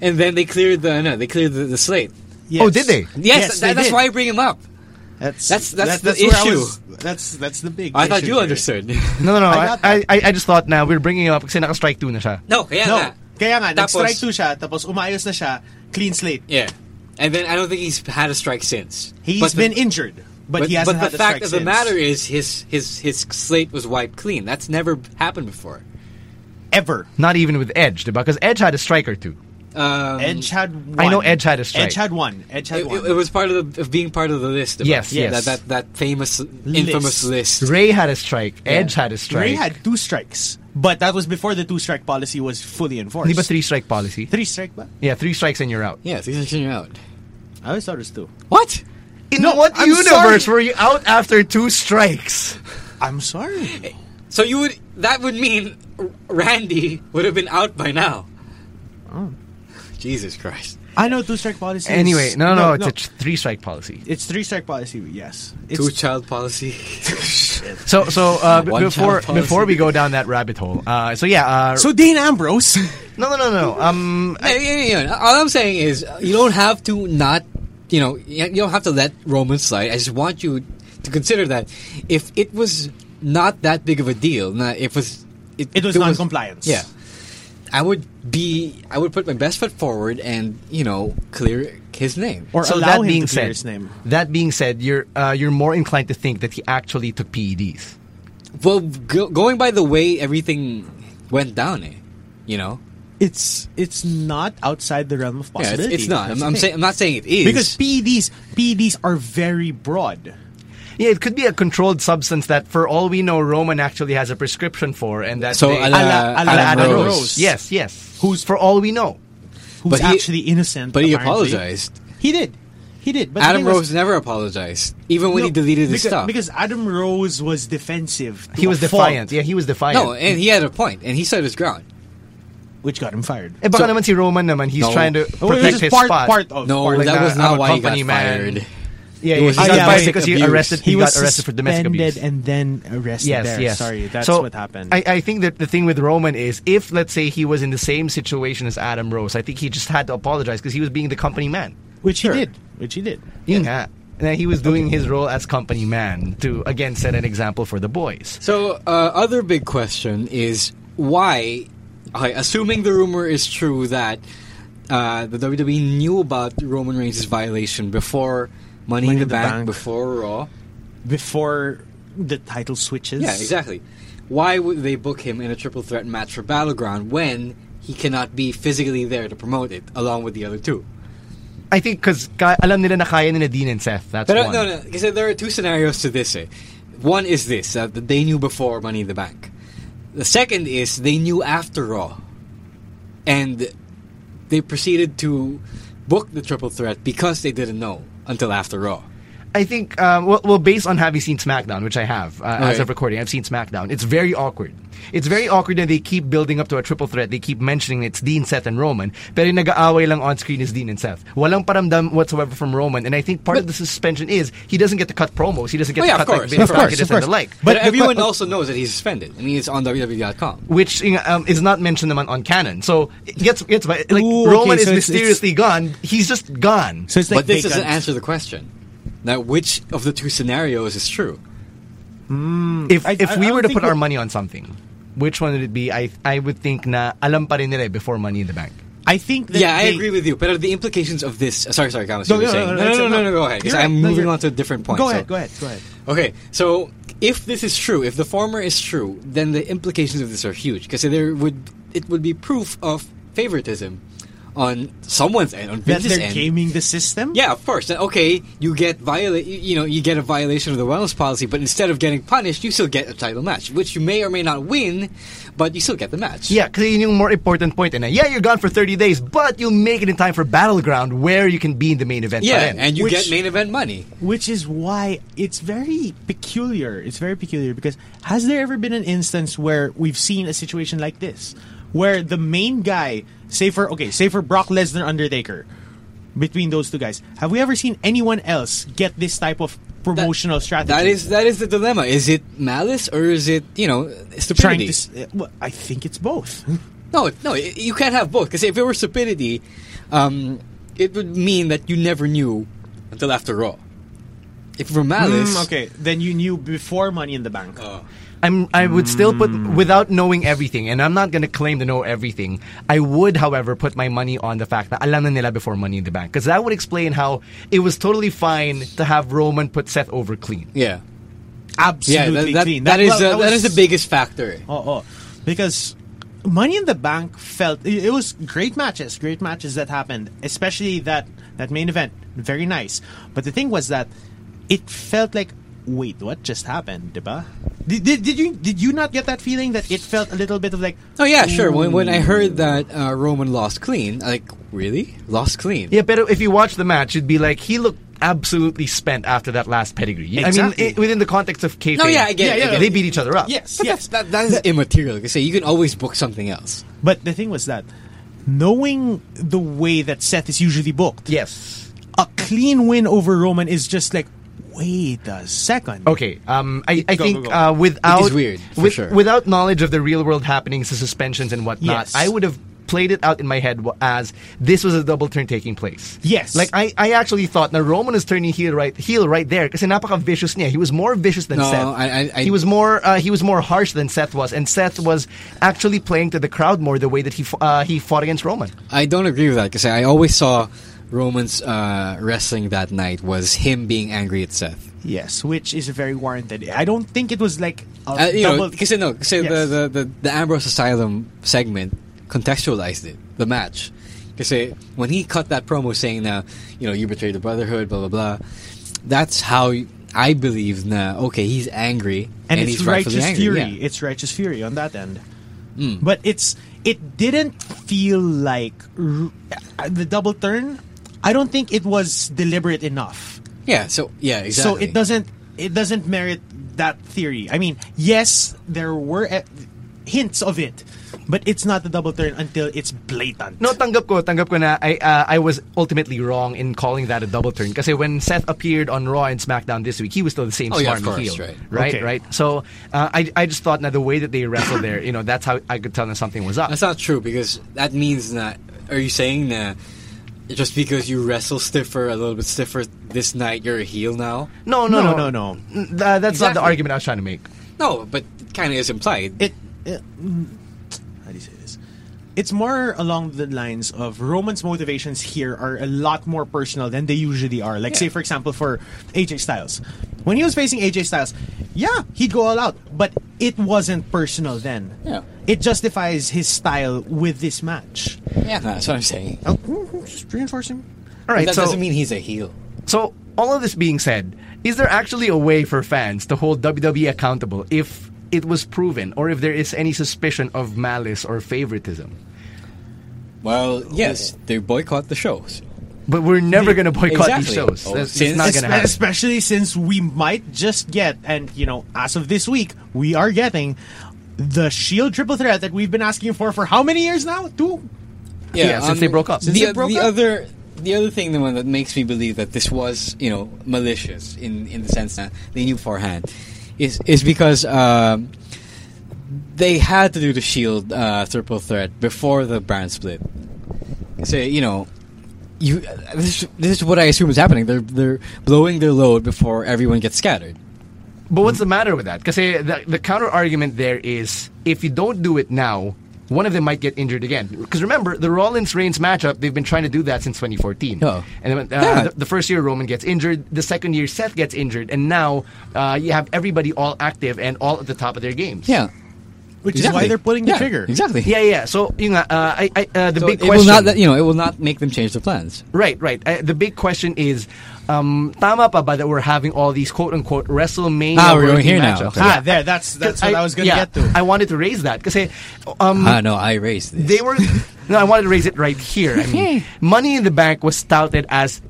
[SPEAKER 3] and then they cleared the no, they cleared the, the slate.
[SPEAKER 4] Yes.
[SPEAKER 2] Oh, did they?
[SPEAKER 3] Yes,
[SPEAKER 4] Yes, they
[SPEAKER 3] that, that's
[SPEAKER 4] did.
[SPEAKER 3] why I bring him up.
[SPEAKER 4] That's
[SPEAKER 3] That's- that's the
[SPEAKER 4] where I
[SPEAKER 3] issue.
[SPEAKER 4] was- that's that's the big.
[SPEAKER 3] I thought
[SPEAKER 4] issue
[SPEAKER 3] you
[SPEAKER 4] here. [laughs]
[SPEAKER 3] understood.
[SPEAKER 2] No, no, no.
[SPEAKER 4] I
[SPEAKER 2] I,
[SPEAKER 4] got
[SPEAKER 2] I, I, I just thought now we're bringing up kasi naka-strike 2 na siya.
[SPEAKER 3] no, kaya
[SPEAKER 4] No,
[SPEAKER 3] nga.
[SPEAKER 4] kaya nga
[SPEAKER 3] Tapos-
[SPEAKER 4] nag-strike two siya, tapos umayos na siya, clean slate.
[SPEAKER 3] Yeah, and then I don't think he's had a strike since.
[SPEAKER 4] He's
[SPEAKER 3] But the-
[SPEAKER 4] been injured, but, he
[SPEAKER 3] But
[SPEAKER 4] hasn't had
[SPEAKER 3] the
[SPEAKER 4] a
[SPEAKER 3] fact
[SPEAKER 4] strike
[SPEAKER 3] of the
[SPEAKER 4] since.
[SPEAKER 3] matter is, his his his slate was wiped clean. That's never happened before.
[SPEAKER 4] ever.
[SPEAKER 2] Not even with Edge, diba? Because Edge had a strike or two.
[SPEAKER 3] Um,
[SPEAKER 4] Edge had. One.
[SPEAKER 2] I know Edge had a strike.
[SPEAKER 4] Edge had one. Edge had
[SPEAKER 3] it,
[SPEAKER 4] one.
[SPEAKER 3] it- it was part of the of being part of the list. of-
[SPEAKER 2] Yes, yes.
[SPEAKER 3] That, that that famous infamous list.
[SPEAKER 2] Ray had a strike. Edge had a strike.
[SPEAKER 4] Ray had two strikes, but that was before the two strike policy was fully enforced.
[SPEAKER 2] Di ba three-strike policy?
[SPEAKER 4] Three strike ba?
[SPEAKER 2] Yeah, three strikes and you're out.
[SPEAKER 3] Yeah, these are out.
[SPEAKER 4] I always thought it was two.
[SPEAKER 3] What?
[SPEAKER 2] In
[SPEAKER 4] No,
[SPEAKER 2] what
[SPEAKER 4] I'm
[SPEAKER 2] universe
[SPEAKER 4] sorry.
[SPEAKER 2] were you out after two strikes?
[SPEAKER 4] I'm sorry.
[SPEAKER 3] So you would that would mean R- Randy would have been out by now.
[SPEAKER 4] Oh.
[SPEAKER 3] Jesus Christ.
[SPEAKER 4] I know two strike policy. is-
[SPEAKER 2] Anyway, no, no, it's a tr- three strike policy.
[SPEAKER 4] it's three strike policy. Yes, it's
[SPEAKER 3] Two child policy.
[SPEAKER 2] So, so
[SPEAKER 4] [laughs]
[SPEAKER 2] uh, b-
[SPEAKER 3] One
[SPEAKER 2] before
[SPEAKER 3] child policy.
[SPEAKER 2] before we go down that rabbit hole, uh, so yeah, uh,
[SPEAKER 4] so Dean [laughs] Ambrose.
[SPEAKER 2] no, no, no, no. Um,
[SPEAKER 3] Yeah, yeah, yeah, yeah. All I'm saying is uh, you don't have to not, you know, you you don't have to let Roman slide. I just want you to consider that if it was not that big of a deal, not if was
[SPEAKER 4] It was
[SPEAKER 3] there
[SPEAKER 4] non-compliance.
[SPEAKER 3] Yeah, I would be, I would put my best foot forward and you know clear his name.
[SPEAKER 4] Or
[SPEAKER 2] so
[SPEAKER 4] allow
[SPEAKER 2] that
[SPEAKER 4] him
[SPEAKER 2] being
[SPEAKER 4] to clear
[SPEAKER 2] said,
[SPEAKER 4] his name.
[SPEAKER 2] that being said, you're uh, you're more inclined to think that he actually took E PEDs.
[SPEAKER 3] well, go, going by the way everything went down, eh? You know,
[SPEAKER 4] It's it's not outside the realm of
[SPEAKER 3] yeah, it's,
[SPEAKER 4] possibility.
[SPEAKER 3] it's not.
[SPEAKER 4] That's
[SPEAKER 3] I'm,
[SPEAKER 4] the
[SPEAKER 3] I'm
[SPEAKER 4] thing.
[SPEAKER 3] saying I'm not saying it is
[SPEAKER 4] because E PEDs PEDs are very broad.
[SPEAKER 2] Yeah, it could be a controlled substance that, for all we know, Roman actually has a prescription for, and that
[SPEAKER 3] so
[SPEAKER 2] they,
[SPEAKER 3] a la,
[SPEAKER 4] Ala-
[SPEAKER 3] a
[SPEAKER 4] Ala
[SPEAKER 3] la
[SPEAKER 4] Adam
[SPEAKER 2] Adam
[SPEAKER 4] Rose.
[SPEAKER 2] Yes, yes.
[SPEAKER 4] Who's-
[SPEAKER 2] for all we know?
[SPEAKER 4] Who's
[SPEAKER 3] But he-
[SPEAKER 4] actually innocent?
[SPEAKER 3] but he
[SPEAKER 4] apparently.
[SPEAKER 3] apologized.
[SPEAKER 4] He did. He did. But the
[SPEAKER 3] Adam
[SPEAKER 4] thing
[SPEAKER 3] Rose
[SPEAKER 4] was-
[SPEAKER 3] never apologized, even when he
[SPEAKER 4] No,
[SPEAKER 3] deleted his
[SPEAKER 4] because,
[SPEAKER 3] stuff.
[SPEAKER 4] because Adam Rose was defensive. to
[SPEAKER 2] He
[SPEAKER 4] a
[SPEAKER 2] was
[SPEAKER 4] fault,
[SPEAKER 2] defiant. Yeah, he was defiant.
[SPEAKER 3] No, and he had a point, and he stood his ground.
[SPEAKER 4] which got him fired.
[SPEAKER 2] Eh, baka
[SPEAKER 3] so-
[SPEAKER 2] naman si Roman naman, he's
[SPEAKER 3] No.
[SPEAKER 2] trying to
[SPEAKER 4] Oh, it was
[SPEAKER 2] protect
[SPEAKER 4] just
[SPEAKER 2] his
[SPEAKER 4] part,
[SPEAKER 2] spot.
[SPEAKER 4] part of
[SPEAKER 3] No,
[SPEAKER 4] part
[SPEAKER 2] Like,
[SPEAKER 4] of-
[SPEAKER 3] that
[SPEAKER 2] uh,
[SPEAKER 3] was
[SPEAKER 2] I'm
[SPEAKER 3] not
[SPEAKER 2] a
[SPEAKER 3] why he got
[SPEAKER 2] company man.
[SPEAKER 3] fired.
[SPEAKER 2] Yeah,
[SPEAKER 3] He
[SPEAKER 2] yeah, he
[SPEAKER 3] was
[SPEAKER 2] got
[SPEAKER 4] just
[SPEAKER 2] fired
[SPEAKER 4] domestic
[SPEAKER 2] because he
[SPEAKER 3] abuse.
[SPEAKER 2] arrested. He,
[SPEAKER 4] he was
[SPEAKER 2] got arrested for domestic
[SPEAKER 4] suspended
[SPEAKER 2] abuse.
[SPEAKER 4] and then arrested
[SPEAKER 2] yes,
[SPEAKER 4] there.
[SPEAKER 2] yes.
[SPEAKER 4] Sorry, that's
[SPEAKER 2] So,
[SPEAKER 4] what happened.
[SPEAKER 2] I, I think that the thing with Roman is, if let's say he was in the same situation as Adam Rose, I think he just had to apologize because he was being the company man.
[SPEAKER 4] which
[SPEAKER 3] Sure.
[SPEAKER 4] he did. Which he did.
[SPEAKER 2] Yeah. And then he was doing his role as company man to again set an example for the boys.
[SPEAKER 3] So, uh, other big question is why, okay, assuming the rumor is true that uh, the WWE knew about Roman Reigns' violation before Money, in the, bank, before Raw.
[SPEAKER 4] Before the title switches.
[SPEAKER 3] Yeah, exactly. Why would they book him in a triple threat match for Battleground when he cannot be physically there to promote it along with the other two?
[SPEAKER 2] I think because alam nila na kaya nila Dean and Seth. That's
[SPEAKER 3] But uh,
[SPEAKER 2] one.
[SPEAKER 3] no, no, because there are two scenarios to this. eh. One is this uh, that they knew before Money in the Bank. The second is they knew after Raw, and they proceeded to book the triple threat because they didn't know until after Raw.
[SPEAKER 2] I think um, well, well, based on having seen SmackDown, which I have uh, as
[SPEAKER 3] Right.
[SPEAKER 2] of recording, I've seen SmackDown. It's very awkward. It's very awkward that they keep building up to a triple threat. They keep mentioning it's Dean, Seth, and Roman. Pero yung nag-aaway lang on screen is Dean and Seth. Walang paramdam whatsoever from Roman. And I think part of the suspension is he doesn't get to cut promos. He doesn't get
[SPEAKER 3] Oh, yeah,
[SPEAKER 2] to
[SPEAKER 3] of
[SPEAKER 2] cut like
[SPEAKER 3] course,
[SPEAKER 2] Vince
[SPEAKER 3] of course,
[SPEAKER 2] Markidis and
[SPEAKER 4] of course.
[SPEAKER 2] the like.
[SPEAKER 4] But
[SPEAKER 3] But,
[SPEAKER 4] the que-
[SPEAKER 3] everyone
[SPEAKER 4] but-
[SPEAKER 3] also knows that he's suspended. I mean, it's on E WWE.com.
[SPEAKER 2] which you know, um, is not mentioned naman on canon. So it gets gets by like
[SPEAKER 4] Ooh, okay,
[SPEAKER 2] Roman is
[SPEAKER 4] so it's-
[SPEAKER 2] mysteriously gone. He's just gone.
[SPEAKER 4] So it's like
[SPEAKER 3] but this
[SPEAKER 4] vacant.
[SPEAKER 3] doesn't answer the question. Now, which of the two scenarios is true?
[SPEAKER 2] if
[SPEAKER 4] I-
[SPEAKER 2] if
[SPEAKER 4] I-
[SPEAKER 2] we
[SPEAKER 4] I
[SPEAKER 2] were to
[SPEAKER 4] don't
[SPEAKER 2] put
[SPEAKER 4] think
[SPEAKER 2] our
[SPEAKER 4] we-
[SPEAKER 2] money on something, which one would it be? I I would think na alam pa rin nila eh before Money in the Bank.
[SPEAKER 4] I think that
[SPEAKER 3] yeah, I
[SPEAKER 4] they-
[SPEAKER 3] agree with you. But are the implications of this? Sorry, sorry, Thomas. you were saying.
[SPEAKER 4] it's-
[SPEAKER 3] no, no, no, Go ahead. 'cause
[SPEAKER 4] You're right.
[SPEAKER 3] I'm
[SPEAKER 4] No,
[SPEAKER 3] moving
[SPEAKER 4] you're-
[SPEAKER 3] on to a different point.
[SPEAKER 4] Go
[SPEAKER 3] so-
[SPEAKER 4] ahead, go ahead, go ahead.
[SPEAKER 3] Okay, so if this is true, if the former is true, then the implications of this are huge because there would it would be proof of favoritism on someone's end, on
[SPEAKER 4] That
[SPEAKER 3] Vince's
[SPEAKER 4] they're
[SPEAKER 3] end.
[SPEAKER 4] gaming the system.
[SPEAKER 3] Yeah, of course. Then, Okay, you get viola- you you know, you get a violation of the wellness policy, but instead of getting punished, you still get a title match, which you may or may not win, but you still get the match.
[SPEAKER 2] Yeah, kasi yun yung more important point. And yeah, you're gone for 30 days, but you'll make it in time for Battleground where you can be in the main event.
[SPEAKER 3] yeah,
[SPEAKER 2] pa rin.
[SPEAKER 3] and you
[SPEAKER 4] Which-
[SPEAKER 3] get main event money.
[SPEAKER 4] Which is why it's very peculiar. It's very peculiar because has there ever been an instance where we've seen a situation like this, where the main guy, say for okay, say for Brock Lesnar, Undertaker, between those two guys, have we ever seen anyone else get this type of promotional strategy?
[SPEAKER 3] That is that is the dilemma. Is it malice or is it you know
[SPEAKER 4] trying
[SPEAKER 3] stupidity?
[SPEAKER 4] to. s- uh, Well, I think it's both.
[SPEAKER 3] No, no, y- you can't have both. Because if it were stupidity, um, it would mean that you never knew until after Raw. If it were malice,
[SPEAKER 4] Mm, [laughs] okay, then you knew before Money in the Bank.
[SPEAKER 3] Oh.
[SPEAKER 2] I'm, I would still put, without knowing everything, and I'm not going to claim to know everything, I would, however, put my money on the fact that alam na nila before Money in the Bank. Because that would explain how it was totally fine to have Roman put Seth over clean.
[SPEAKER 3] yeah, yeah, that,
[SPEAKER 4] Absolutely
[SPEAKER 3] that,
[SPEAKER 4] clean.
[SPEAKER 3] that is
[SPEAKER 4] well,
[SPEAKER 3] the, that is
[SPEAKER 4] was-
[SPEAKER 3] the biggest factor.
[SPEAKER 4] Oh, oh. Because Money in the Bank felt it, it was great matches, great matches that happened, especially that that main event, very nice. But the thing was that it felt like wait, what just happened, diba? Did, did, did you did you not get that feeling that it felt a little bit of like
[SPEAKER 3] Oh yeah, sure. When when I heard that uh, Roman lost clean, I like really lost clean.
[SPEAKER 2] Yeah, but if you watch the match, it'd be like he looked absolutely spent after that last pedigree. You- I
[SPEAKER 4] Exactly.
[SPEAKER 2] mean, i within the context of kayfabe,
[SPEAKER 3] No, yeah, I get it, I get
[SPEAKER 2] they
[SPEAKER 3] it.
[SPEAKER 2] beat each other up.
[SPEAKER 3] Yes, yes, that, that is immaterial. Because you can always book something else.
[SPEAKER 4] But the thing was that knowing the way that Seth is usually booked,
[SPEAKER 2] Yes.
[SPEAKER 4] a clean win over Roman is just like, wait a second.
[SPEAKER 2] Okay. Um, I, I
[SPEAKER 4] Go,
[SPEAKER 2] think
[SPEAKER 4] go, go.
[SPEAKER 2] Uh, without
[SPEAKER 3] It is weird, for
[SPEAKER 2] with-
[SPEAKER 3] sure.
[SPEAKER 2] without knowledge of the real world happenings, the suspensions and whatnot,
[SPEAKER 4] Yes.
[SPEAKER 2] I would have played it out in my head wa- as this was a double turn taking place.
[SPEAKER 4] Yes.
[SPEAKER 2] Like I, I actually thought now Roman is turning heel right heel right there because napaka vicious niya. He was more vicious than
[SPEAKER 3] No,
[SPEAKER 2] Seth.
[SPEAKER 3] I- I- I-
[SPEAKER 2] he was more uh, he was more harsh than Seth was, and Seth was actually playing to the crowd more the way that he f- uh, he fought against Roman.
[SPEAKER 3] I don't agree with that because I always saw Roman's uh, wrestling that night was him being angry at Seth.
[SPEAKER 4] Yes, which is very warranted. I don't think it was like a
[SPEAKER 3] Uh, you know,
[SPEAKER 4] double.
[SPEAKER 3] because no, kasi
[SPEAKER 4] Yes.
[SPEAKER 3] the, the, the, the Ambrose Asylum segment contextualized it, the match. Because when he cut that promo saying na, you know, you betrayed the Brotherhood, blah, blah, blah, that's how I believe na, okay, he's angry
[SPEAKER 4] and,
[SPEAKER 3] and,
[SPEAKER 4] it's
[SPEAKER 3] he's rightfully
[SPEAKER 4] righteous
[SPEAKER 3] angry.
[SPEAKER 4] fury.
[SPEAKER 3] yeah. Hmm.
[SPEAKER 4] It's righteous fury on that end. But it's it didn't feel like r- uh, the double turn. I don't think it was deliberate enough.
[SPEAKER 3] Yeah, so, yeah, exactly.
[SPEAKER 4] So it doesn't it doesn't merit that theory. I mean, yes, there were uh, hints of it, but it's not the double turn until it's blatant.
[SPEAKER 2] No, tanggap ko, tanggap ko na I uh, I was ultimately wrong in calling that a double turn kasi when Seth appeared on Raw and SmackDown this week, he was still the same
[SPEAKER 3] Oh, yeah,
[SPEAKER 2] smarmy
[SPEAKER 3] of course,
[SPEAKER 2] heel,
[SPEAKER 3] right.
[SPEAKER 2] right,
[SPEAKER 4] Okay.
[SPEAKER 2] right? So uh, I I just thought that the way that they wrestled there, you know, that's how I could tell that something was up.
[SPEAKER 3] That's not true because that means that. Are you saying that just because you wrestle stiffer, a little bit stiffer this night, you're a heel now?
[SPEAKER 2] No, no, no,
[SPEAKER 4] No,
[SPEAKER 2] no,
[SPEAKER 4] no, no.
[SPEAKER 2] N- tha- that's not the
[SPEAKER 3] Exactly.
[SPEAKER 2] argument I was trying to make.
[SPEAKER 3] No, but it kind of is implied.
[SPEAKER 4] it, it mm, how do you say this it's more along the lines of roman's motivations here are a lot more personal than they usually are like say for example for aj styles when he was facing aj styles yeah he'd go all out but it wasn't personal then
[SPEAKER 3] Yeah.
[SPEAKER 4] it justifies his style with this match
[SPEAKER 3] yeah, that's what I'm saying.
[SPEAKER 4] oh, mm, mm, just reinforcing
[SPEAKER 2] All right,
[SPEAKER 3] that
[SPEAKER 2] so
[SPEAKER 3] doesn't mean he's a heel.
[SPEAKER 2] so all of this being said, is there actually a way for fans to hold WWE accountable if it was proven or if there is any suspicion of malice or favoritism?
[SPEAKER 3] Well, yes, they boycott the shows.
[SPEAKER 2] But we're never going to boycott these
[SPEAKER 3] Exactly.
[SPEAKER 2] shows.
[SPEAKER 3] Oh,
[SPEAKER 2] That's, it's
[SPEAKER 3] since-
[SPEAKER 2] not going to
[SPEAKER 4] Espe-
[SPEAKER 2] happen.
[SPEAKER 4] especially since we might just get and you know as of this week we are getting the shield triple threat that we've been asking for for how many years now two
[SPEAKER 3] Yeah,
[SPEAKER 2] since they broke up.
[SPEAKER 4] Since
[SPEAKER 3] the,
[SPEAKER 4] they broke
[SPEAKER 3] the
[SPEAKER 4] up?
[SPEAKER 3] other, the other thing, the one that makes me believe that this was, you know, malicious in in the sense that they knew beforehand, is is because um, they had to do the Shield uh, triple threat before the brand split. So you know. You, this, this is what I assume is happening. They're they're blowing their load before everyone gets scattered.
[SPEAKER 2] But what's the matter with that? Because the, the counter argument there is if you don't do it now, one of them might get injured again. Because remember, the Rollins Reigns matchup, they've been trying to do that since 2014.
[SPEAKER 3] Oh.
[SPEAKER 2] And then, uh,
[SPEAKER 3] Yeah.
[SPEAKER 2] the, the first year, Roman gets injured. The second year, Seth gets injured. And now uh, you have everybody all active and all at the top of their games.
[SPEAKER 3] Yeah,
[SPEAKER 4] which
[SPEAKER 3] exactly.
[SPEAKER 4] is why they're pulling the
[SPEAKER 3] Yeah,
[SPEAKER 4] trigger
[SPEAKER 3] Exactly.
[SPEAKER 2] Yeah, yeah. So, you know, uh, I, I, uh, the
[SPEAKER 3] So
[SPEAKER 2] big
[SPEAKER 3] it
[SPEAKER 2] question.
[SPEAKER 3] will not, let- you know, it will not make them change their plans.
[SPEAKER 2] Right, right. Uh, the big question is, um, tama pa ba that we're having all these quote unquote WrestleMania
[SPEAKER 3] Ah, we're
[SPEAKER 2] worthy
[SPEAKER 3] going here now.
[SPEAKER 2] matchups?
[SPEAKER 3] Okay.
[SPEAKER 4] ah there that's that's what i, was gonna
[SPEAKER 2] yeah,
[SPEAKER 4] get to
[SPEAKER 2] I wanted to raise that because
[SPEAKER 4] [laughs]
[SPEAKER 2] um,
[SPEAKER 3] Ah, no, I erased this.
[SPEAKER 2] they were. [laughs] no, I wanted to raise it right here. I
[SPEAKER 4] [laughs]
[SPEAKER 2] mean, Money in the Bank was touted as,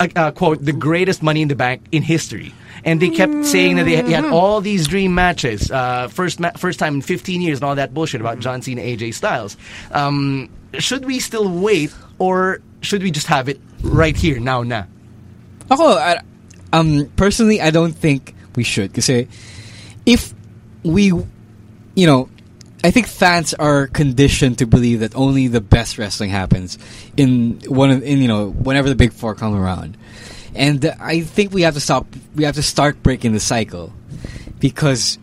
[SPEAKER 2] uh, uh, quote, the greatest Money in the Bank in history. And they kept saying that they had, they
[SPEAKER 4] Mm-hmm.
[SPEAKER 2] had all these dream matches, uh, first ma- first time in 15 years, and all that bullshit about
[SPEAKER 4] Mm-hmm.
[SPEAKER 2] John Cena, AJ Styles. Um, should we still wait, or should we just have it right here now? Now,
[SPEAKER 3] Ako, I, um, personally, I don't think we should. Kasi, if we, you know, I think fans are conditioned to believe that only the best wrestling happens in one of, in you know, whenever the big four come around. And I think we have to stop, we have to start breaking the cycle. Because,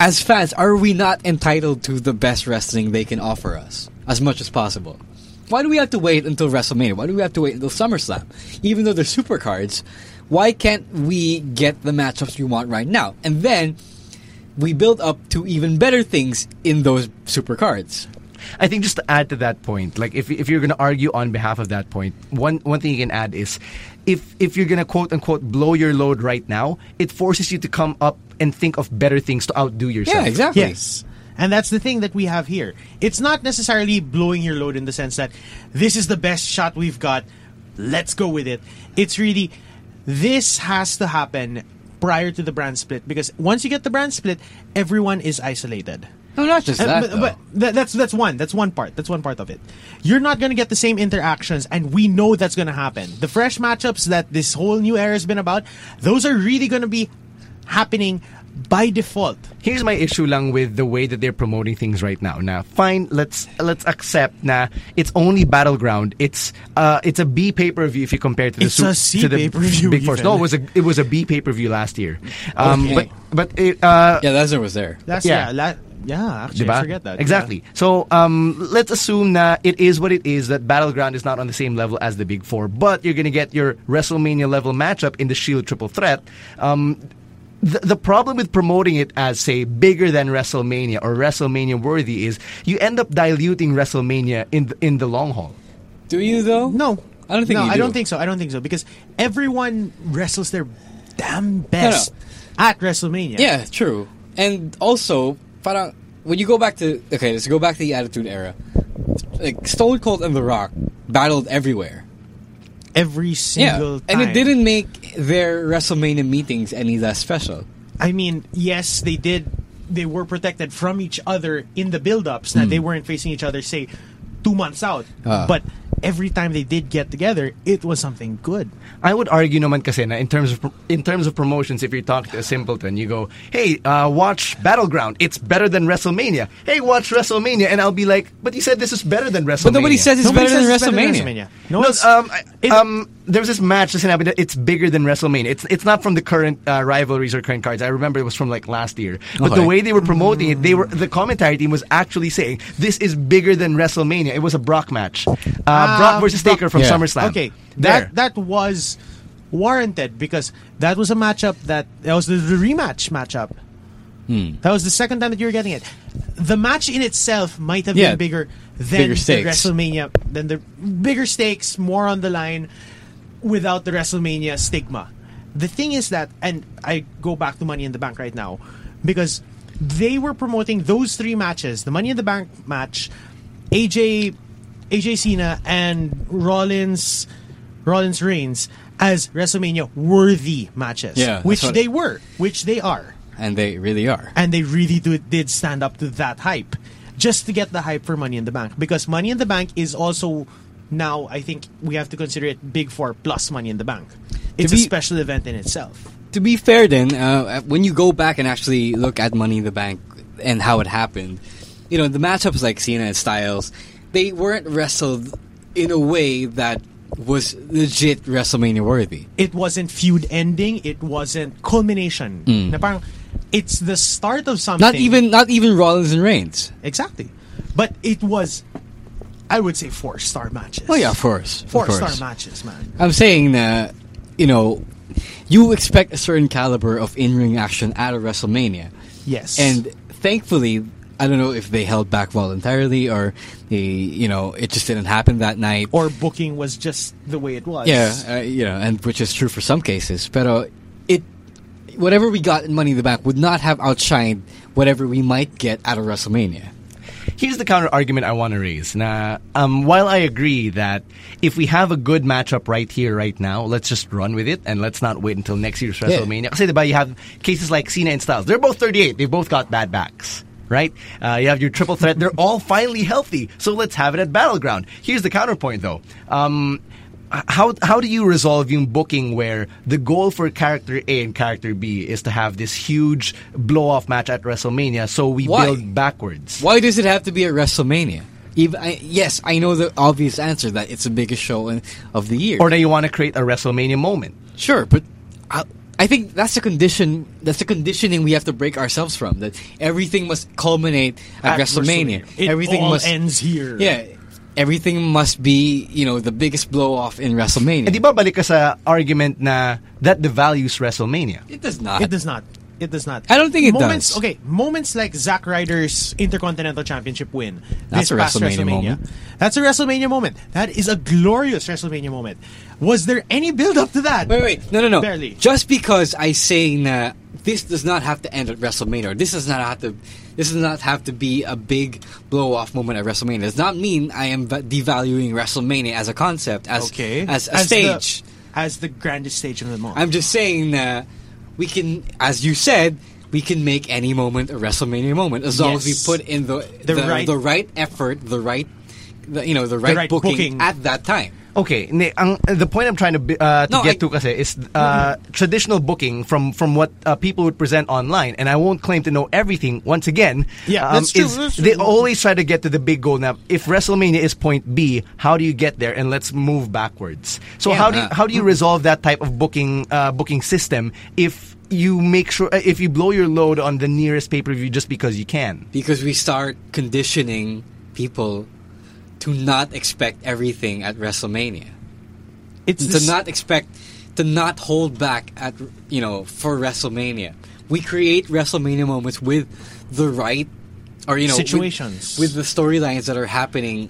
[SPEAKER 3] as fans, are we not entitled to the best wrestling they can offer us as much as possible? Why do we have to wait until WrestleMania? Why do we have to wait until SummerSlam? Even though they're supercards, why can't we get the matchups we want right now? And then we build up to even better things in those supercards.
[SPEAKER 2] I think just to add to that point, like if if you're going to argue on behalf of that point, one one thing you can add is if if you're going to quote unquote blow your load right now, it forces you to come up and think of better things to outdo yourself.
[SPEAKER 3] Yeah, exactly.
[SPEAKER 4] yes and that's the thing that we have here it's not necessarily blowing your load in the sense that this is the best shot we've got let's go with it it's really This has to happen prior to the brand split because once you get the brand split, everyone is isolated.
[SPEAKER 3] No, not just
[SPEAKER 4] Uh,
[SPEAKER 3] that.
[SPEAKER 4] but but tha- that's that's one. That's one part. That's one part of it. You're not gonna get the same interactions, and we know that's gonna happen. The fresh matchups that this whole new era has been about, those are really gonna be happening by default.
[SPEAKER 2] Here's my issue lang with the way that they're promoting things right now. Now, fine, let's let's accept na it's only battleground. It's uh it's a B pay-per-view if you compare to the
[SPEAKER 4] It's a
[SPEAKER 2] Sup-
[SPEAKER 4] C
[SPEAKER 2] to the
[SPEAKER 4] pay-per-view
[SPEAKER 2] Big Four.
[SPEAKER 4] even.
[SPEAKER 2] No, it was a it was a B pay-per-view last year. Um
[SPEAKER 3] Okay.
[SPEAKER 2] but but it, uh
[SPEAKER 3] yeah, Lesnar was there.
[SPEAKER 4] That's
[SPEAKER 2] Yeah.
[SPEAKER 4] yeah, la- yeah. Actually,
[SPEAKER 2] Diba?
[SPEAKER 4] I forget that
[SPEAKER 2] Exactly. So um, let's assume that it is what it is, that Battleground is not on the same level as the Big Four, but you're going to get your WrestleMania level matchup in the Shield Triple Threat. Um, the, the problem with promoting it as, say, bigger than WrestleMania or WrestleMania worthy is you end up diluting WrestleMania in the, in the long haul.
[SPEAKER 3] Do you though?
[SPEAKER 4] No,
[SPEAKER 3] I don't think.
[SPEAKER 4] No,
[SPEAKER 3] you do.
[SPEAKER 4] I don't think so. I don't think so because everyone wrestles their damn best at WrestleMania.
[SPEAKER 3] Yeah, true. And also, parang, when you go back to okay, let's go back to the Attitude Era. Like Stone Cold and The Rock battled everywhere.
[SPEAKER 4] every single
[SPEAKER 3] and
[SPEAKER 4] time.
[SPEAKER 3] it didn't make their WrestleMania meetings any less special.
[SPEAKER 4] I mean, yes, they did. They were protected from each other in the build-ups. That they weren't facing each other, say, two months out.
[SPEAKER 3] Hmm. Ah.
[SPEAKER 4] But every time they did get together, it was something good.
[SPEAKER 2] I would argue naman kasi na in terms of in terms of promotions if you talk to a simpleton you go hey uh, watch Battleground it's better than WrestleMania hey watch WrestleMania and I'll be like but you said this is better than WrestleMania
[SPEAKER 3] But nobody says it's
[SPEAKER 4] Nobody
[SPEAKER 3] better,
[SPEAKER 4] says
[SPEAKER 3] than WrestleMania.
[SPEAKER 2] No,
[SPEAKER 4] No, one's-
[SPEAKER 2] um, I-
[SPEAKER 4] it-
[SPEAKER 2] um, there's this match that's happened. It's bigger than WrestleMania. It's it's not from the current uh, rivalries or current cards. I remember it was from like last year. But
[SPEAKER 3] Okay.
[SPEAKER 2] the way they were promoting it, they were the commentary team was actually saying this is bigger than WrestleMania. It was a Brock match, uh, Brock versus
[SPEAKER 4] Ah, Brock-
[SPEAKER 2] Taker from
[SPEAKER 3] Yeah.
[SPEAKER 2] SummerSlam.
[SPEAKER 4] Okay,
[SPEAKER 2] there.
[SPEAKER 4] that that was warranted because that was a matchup that that was the rematch matchup.
[SPEAKER 3] Hmm.
[SPEAKER 4] That was the second time that you were getting it. The match in itself might have
[SPEAKER 3] Yeah,
[SPEAKER 4] been bigger than
[SPEAKER 3] bigger
[SPEAKER 4] the
[SPEAKER 3] stakes.
[SPEAKER 4] WrestleMania, than the bigger stakes, more on the line, without the WrestleMania stigma. The thing is that, and I go back to Money in the Bank right now, because they were promoting those three matches: the Money in the Bank match, AJ, AJ Cena, and Rollins, Rollins Reigns as WrestleMania worthy matches,
[SPEAKER 3] Yeah, that's
[SPEAKER 4] which
[SPEAKER 3] what-
[SPEAKER 4] they were, which they are
[SPEAKER 3] And they really are.
[SPEAKER 4] and they really do, did stand up to that hype just to get the hype for money in the bank because money in the bank is also now i think we have to consider it big four plus money in the bank it's
[SPEAKER 3] be-
[SPEAKER 4] a special event in itself
[SPEAKER 3] to be fair, then, uh, when you go back and actually look at Money in the Bank and how it happened, you know, the matchups like Cena and Styles, they weren't wrestled in a way that was legit WrestleMania worthy.
[SPEAKER 4] it wasn't feud ending it wasn't culmination Na parang, it's the start of something
[SPEAKER 3] Mm. Not even, not even Rollins and Reigns.
[SPEAKER 4] exactly but it was i would say four star matches
[SPEAKER 3] Oh yeah, of course, of
[SPEAKER 4] four
[SPEAKER 3] course.
[SPEAKER 4] star matches man
[SPEAKER 3] I'm saying that, you know, you expect a certain caliber of in-ring action out of WrestleMania.
[SPEAKER 4] yes
[SPEAKER 3] And thankfully, I don't know if they held back voluntarily or they, you know, it just didn't happen that night.
[SPEAKER 4] or booking was just the way it was
[SPEAKER 3] yeah, uh, you know, and which is true for some cases. But uh, it, whatever we got in Money in the Bank would not have outshined whatever we might get out of WrestleMania.
[SPEAKER 2] Here's the counter argument I want to raise. Now, um, while I agree that if we have a good matchup right here, right now, let's just run with it and let's not wait until next year's WrestleMania. Kasi diba, you have cases like Cena and Styles. They're both 38. They both got bad backs, right? Uh, you have your triple threat. They're all finally healthy. So let's have it at Battleground. Here's the counterpoint, though. Um, h- how how do you resolve yung booking where the goal for character A and character B is to have this huge blow off match at WrestleMania? So we
[SPEAKER 3] Why?
[SPEAKER 2] build backwards.
[SPEAKER 3] Why does it have to be at WrestleMania? Even I, yes, I know the obvious answer that it's the biggest show in, of the year.
[SPEAKER 2] or that you want to create a WrestleMania moment.
[SPEAKER 3] Sure, but I, I think that's the condition. That's the conditioning we have to break ourselves from. That everything must culminate at,
[SPEAKER 4] At
[SPEAKER 3] WrestleMania.
[SPEAKER 4] WrestleMania. It
[SPEAKER 3] everything
[SPEAKER 4] all
[SPEAKER 3] must
[SPEAKER 4] ends here.
[SPEAKER 3] Yeah, everything must be you know the biggest blow off in WrestleMania.
[SPEAKER 2] Eh, di ba balik ka sa argument na that devalues WrestleMania?
[SPEAKER 3] it does not.
[SPEAKER 4] It does not. It does not.
[SPEAKER 3] I don't think it
[SPEAKER 4] moments,
[SPEAKER 3] does.
[SPEAKER 4] Okay, moments like Zack Ryder's Intercontinental Championship win.
[SPEAKER 3] That's
[SPEAKER 4] this
[SPEAKER 3] a
[SPEAKER 4] past
[SPEAKER 3] WrestleMania moment.
[SPEAKER 4] That's a WrestleMania moment. That is a glorious WrestleMania moment. Was there any build up to that?
[SPEAKER 3] Wait, wait, no, no, no.
[SPEAKER 4] Barely.
[SPEAKER 3] Just because I say that this does not have to end at WrestleMania, or this does not have to, this does not have to be a big blow off moment at WrestleMania, does not mean I am va- devaluing WrestleMania as a concept, as
[SPEAKER 4] Okay.
[SPEAKER 3] as a
[SPEAKER 4] As the-
[SPEAKER 3] stage.
[SPEAKER 4] as the grandest stage of them all.
[SPEAKER 3] I'm just saying that we can, as you said, we can make any moment a WrestleMania moment as long as
[SPEAKER 4] Yes.
[SPEAKER 3] we put in the
[SPEAKER 4] The
[SPEAKER 3] the, the,
[SPEAKER 4] right-
[SPEAKER 3] right, effort, the right, the, you know, the right,
[SPEAKER 4] right
[SPEAKER 3] booking,
[SPEAKER 4] booking.
[SPEAKER 3] at that time.
[SPEAKER 2] Okay, ne, ang, the point I'm trying to, bi- uh, to
[SPEAKER 3] No,
[SPEAKER 2] get
[SPEAKER 3] I-
[SPEAKER 2] to kasi is uh, traditional booking from from what uh, people would present online, and I won't claim to know everything. Once again, Um,
[SPEAKER 4] Yeah, that's true,
[SPEAKER 2] is
[SPEAKER 4] that's true.
[SPEAKER 2] they always try to get to the big goal. Now, if WrestleMania is point B, how do you get there? And let's move backwards. So
[SPEAKER 3] Yeah,
[SPEAKER 2] how do you,
[SPEAKER 3] uh,
[SPEAKER 2] how do you resolve that type of booking uh, booking system if you make sure uh, if you blow your load on the nearest pay per view just because you can?
[SPEAKER 3] because we start conditioning people to not expect everything at WrestleMania.
[SPEAKER 4] it's
[SPEAKER 3] To
[SPEAKER 4] this-
[SPEAKER 3] not expect to not hold back at you know for WrestleMania. We create WrestleMania moments with the right or you know with-
[SPEAKER 4] Situations.
[SPEAKER 3] with, the storylines that are happening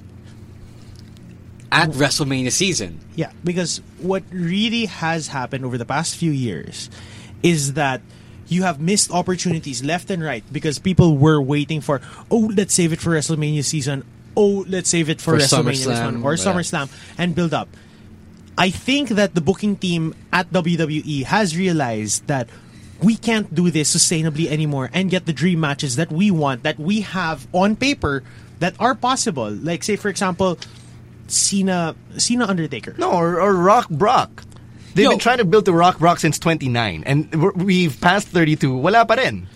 [SPEAKER 3] at WrestleMania season.
[SPEAKER 4] Yeah, because what really has happened over the past few years is that you have missed opportunities left and right because people were waiting for, oh, let's save it for WrestleMania season. Oh, let's save it for,
[SPEAKER 3] For
[SPEAKER 4] WrestleMania this
[SPEAKER 3] SummerSlam,
[SPEAKER 4] one or
[SPEAKER 3] yeah.
[SPEAKER 4] SummerSlam and build up. I think that the booking team at WWE has realized that we can't do this sustainably anymore and get the dream matches that we want, that we have on paper that are possible. Like, say, for example, Cena, Cena Undertaker.
[SPEAKER 2] No, or, or Rock Brock. They've
[SPEAKER 3] Yo.
[SPEAKER 2] been trying to build the Rock Brock since 29, and we're, we've passed 32. Wala pa rin.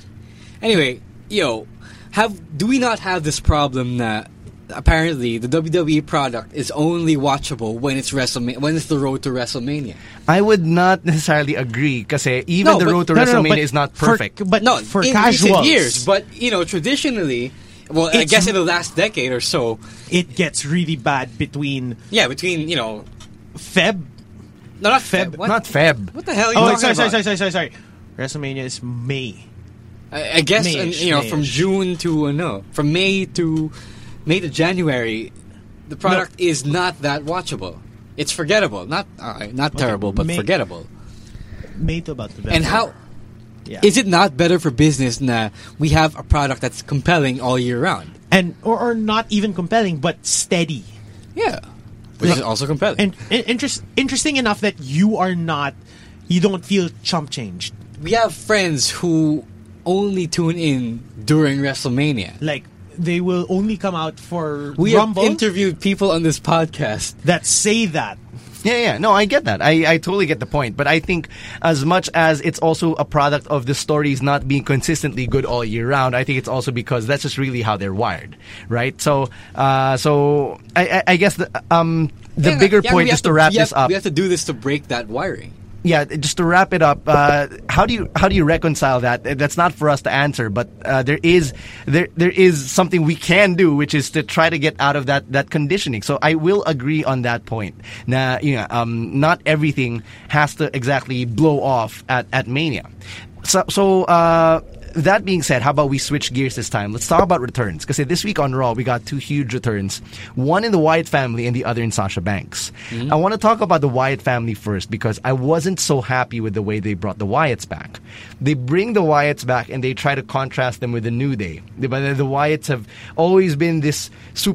[SPEAKER 3] Anyway, yo, have do we not have this problem that apparently the WWE product is only watchable when it's WrestleMania when it's the road to WrestleMania?
[SPEAKER 2] I would not necessarily agree kasi even
[SPEAKER 3] No,
[SPEAKER 2] the
[SPEAKER 3] but-
[SPEAKER 2] road to
[SPEAKER 4] No, no, no,
[SPEAKER 2] WrestleMania
[SPEAKER 4] but
[SPEAKER 2] is not
[SPEAKER 4] for-
[SPEAKER 2] perfect.
[SPEAKER 4] but
[SPEAKER 3] no,
[SPEAKER 4] for
[SPEAKER 3] in
[SPEAKER 4] casuals,
[SPEAKER 3] recent years, but you know, traditionally, well, I
[SPEAKER 4] It's-
[SPEAKER 3] guess in the last decade or so,
[SPEAKER 4] it gets really bad between
[SPEAKER 3] yeah, between you know,
[SPEAKER 4] Feb.
[SPEAKER 3] no, not
[SPEAKER 4] Feb-
[SPEAKER 3] Feb, what,
[SPEAKER 2] not Feb.
[SPEAKER 3] What the hell? Are you
[SPEAKER 4] Oh,
[SPEAKER 3] talking
[SPEAKER 4] sorry, sorry,
[SPEAKER 3] about?
[SPEAKER 4] sorry, sorry, sorry, sorry. WrestleMania is May.
[SPEAKER 3] I, I guess and,
[SPEAKER 4] May-ish,
[SPEAKER 3] you know, from
[SPEAKER 4] May-ish.
[SPEAKER 3] June to uh, no, from May to May to January, the product is not that watchable. It's forgettable, not uh, not terrible, but
[SPEAKER 4] May-
[SPEAKER 3] forgettable.
[SPEAKER 4] May to about the
[SPEAKER 3] And how
[SPEAKER 4] yeah.
[SPEAKER 3] is it not better for business? Nah, we have a product that's compelling all year round.
[SPEAKER 4] And or, or not even compelling, but steady.
[SPEAKER 3] Yeah, which is also compelling.
[SPEAKER 4] And, and interest, interesting enough that you are not, you don't feel chump changed.
[SPEAKER 3] we have friends who only tune in during WrestleMania.
[SPEAKER 4] Like they will only come out for
[SPEAKER 3] We
[SPEAKER 4] Rumble
[SPEAKER 3] have interviewed people on this podcast.
[SPEAKER 4] that say that.
[SPEAKER 2] Yeah, yeah. No, I get that. I, I totally get the point. But I think as much as it's also a product of the stories not being consistently good all year round, I think it's also because that's just really how they're wired, right? So, uh, so I, I, I guess the, um, the
[SPEAKER 3] Yeah,
[SPEAKER 2] bigger
[SPEAKER 3] yeah,
[SPEAKER 2] point is
[SPEAKER 3] we have
[SPEAKER 2] to wrap
[SPEAKER 3] we have-
[SPEAKER 2] this up.
[SPEAKER 3] We have to do this to break that wiring.
[SPEAKER 2] yeah, just to wrap it up, uh, how do you how do you reconcile that? Uh, That's not for us to answer, but uh, there is there there is something we can do, which is to try to get out of that that conditioning. So I will agree on that point. Now, you know, um, not everything has to exactly blow off at at Mania. So so. Uh, that being said, how about we switch gears this time? Let's talk about returns. Because this week on Raw, we got two huge returns one in the Wyatt family and the other in Sasha Banks. I want to talk about the Wyatt family first because I wasn't so happy with the way they brought the Wyatts back. They bring the Wyatts back and they try to contrast them with the New Day. The, but the Wyatts have always been this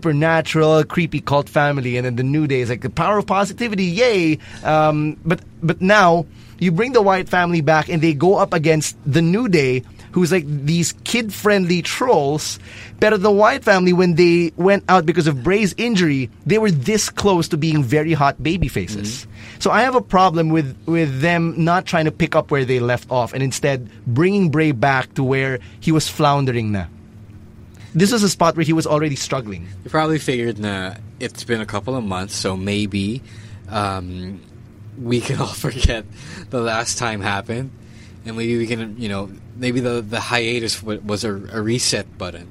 [SPEAKER 2] supernatural, creepy cult family, and then the New Day is like the power of positivity, yay! Um, but, but now, you bring the Wyatt family back and they go up against the New Day, who's like these kid friendly trolls. But the Wyatt family, when they went out because of Bray's injury, they were this close to being very hot baby faces.
[SPEAKER 3] Mm-hmm.
[SPEAKER 2] So I have a problem with, with them not trying to pick up where they left off and instead bringing Bray back to where he was floundering na. This was a spot where he was already struggling.
[SPEAKER 3] You probably figured, nah, it's been a couple of months, so maybe um, we can [laughs] all forget the last time happened, and maybe we can, you know, maybe the the hiatus wa- was a, a reset button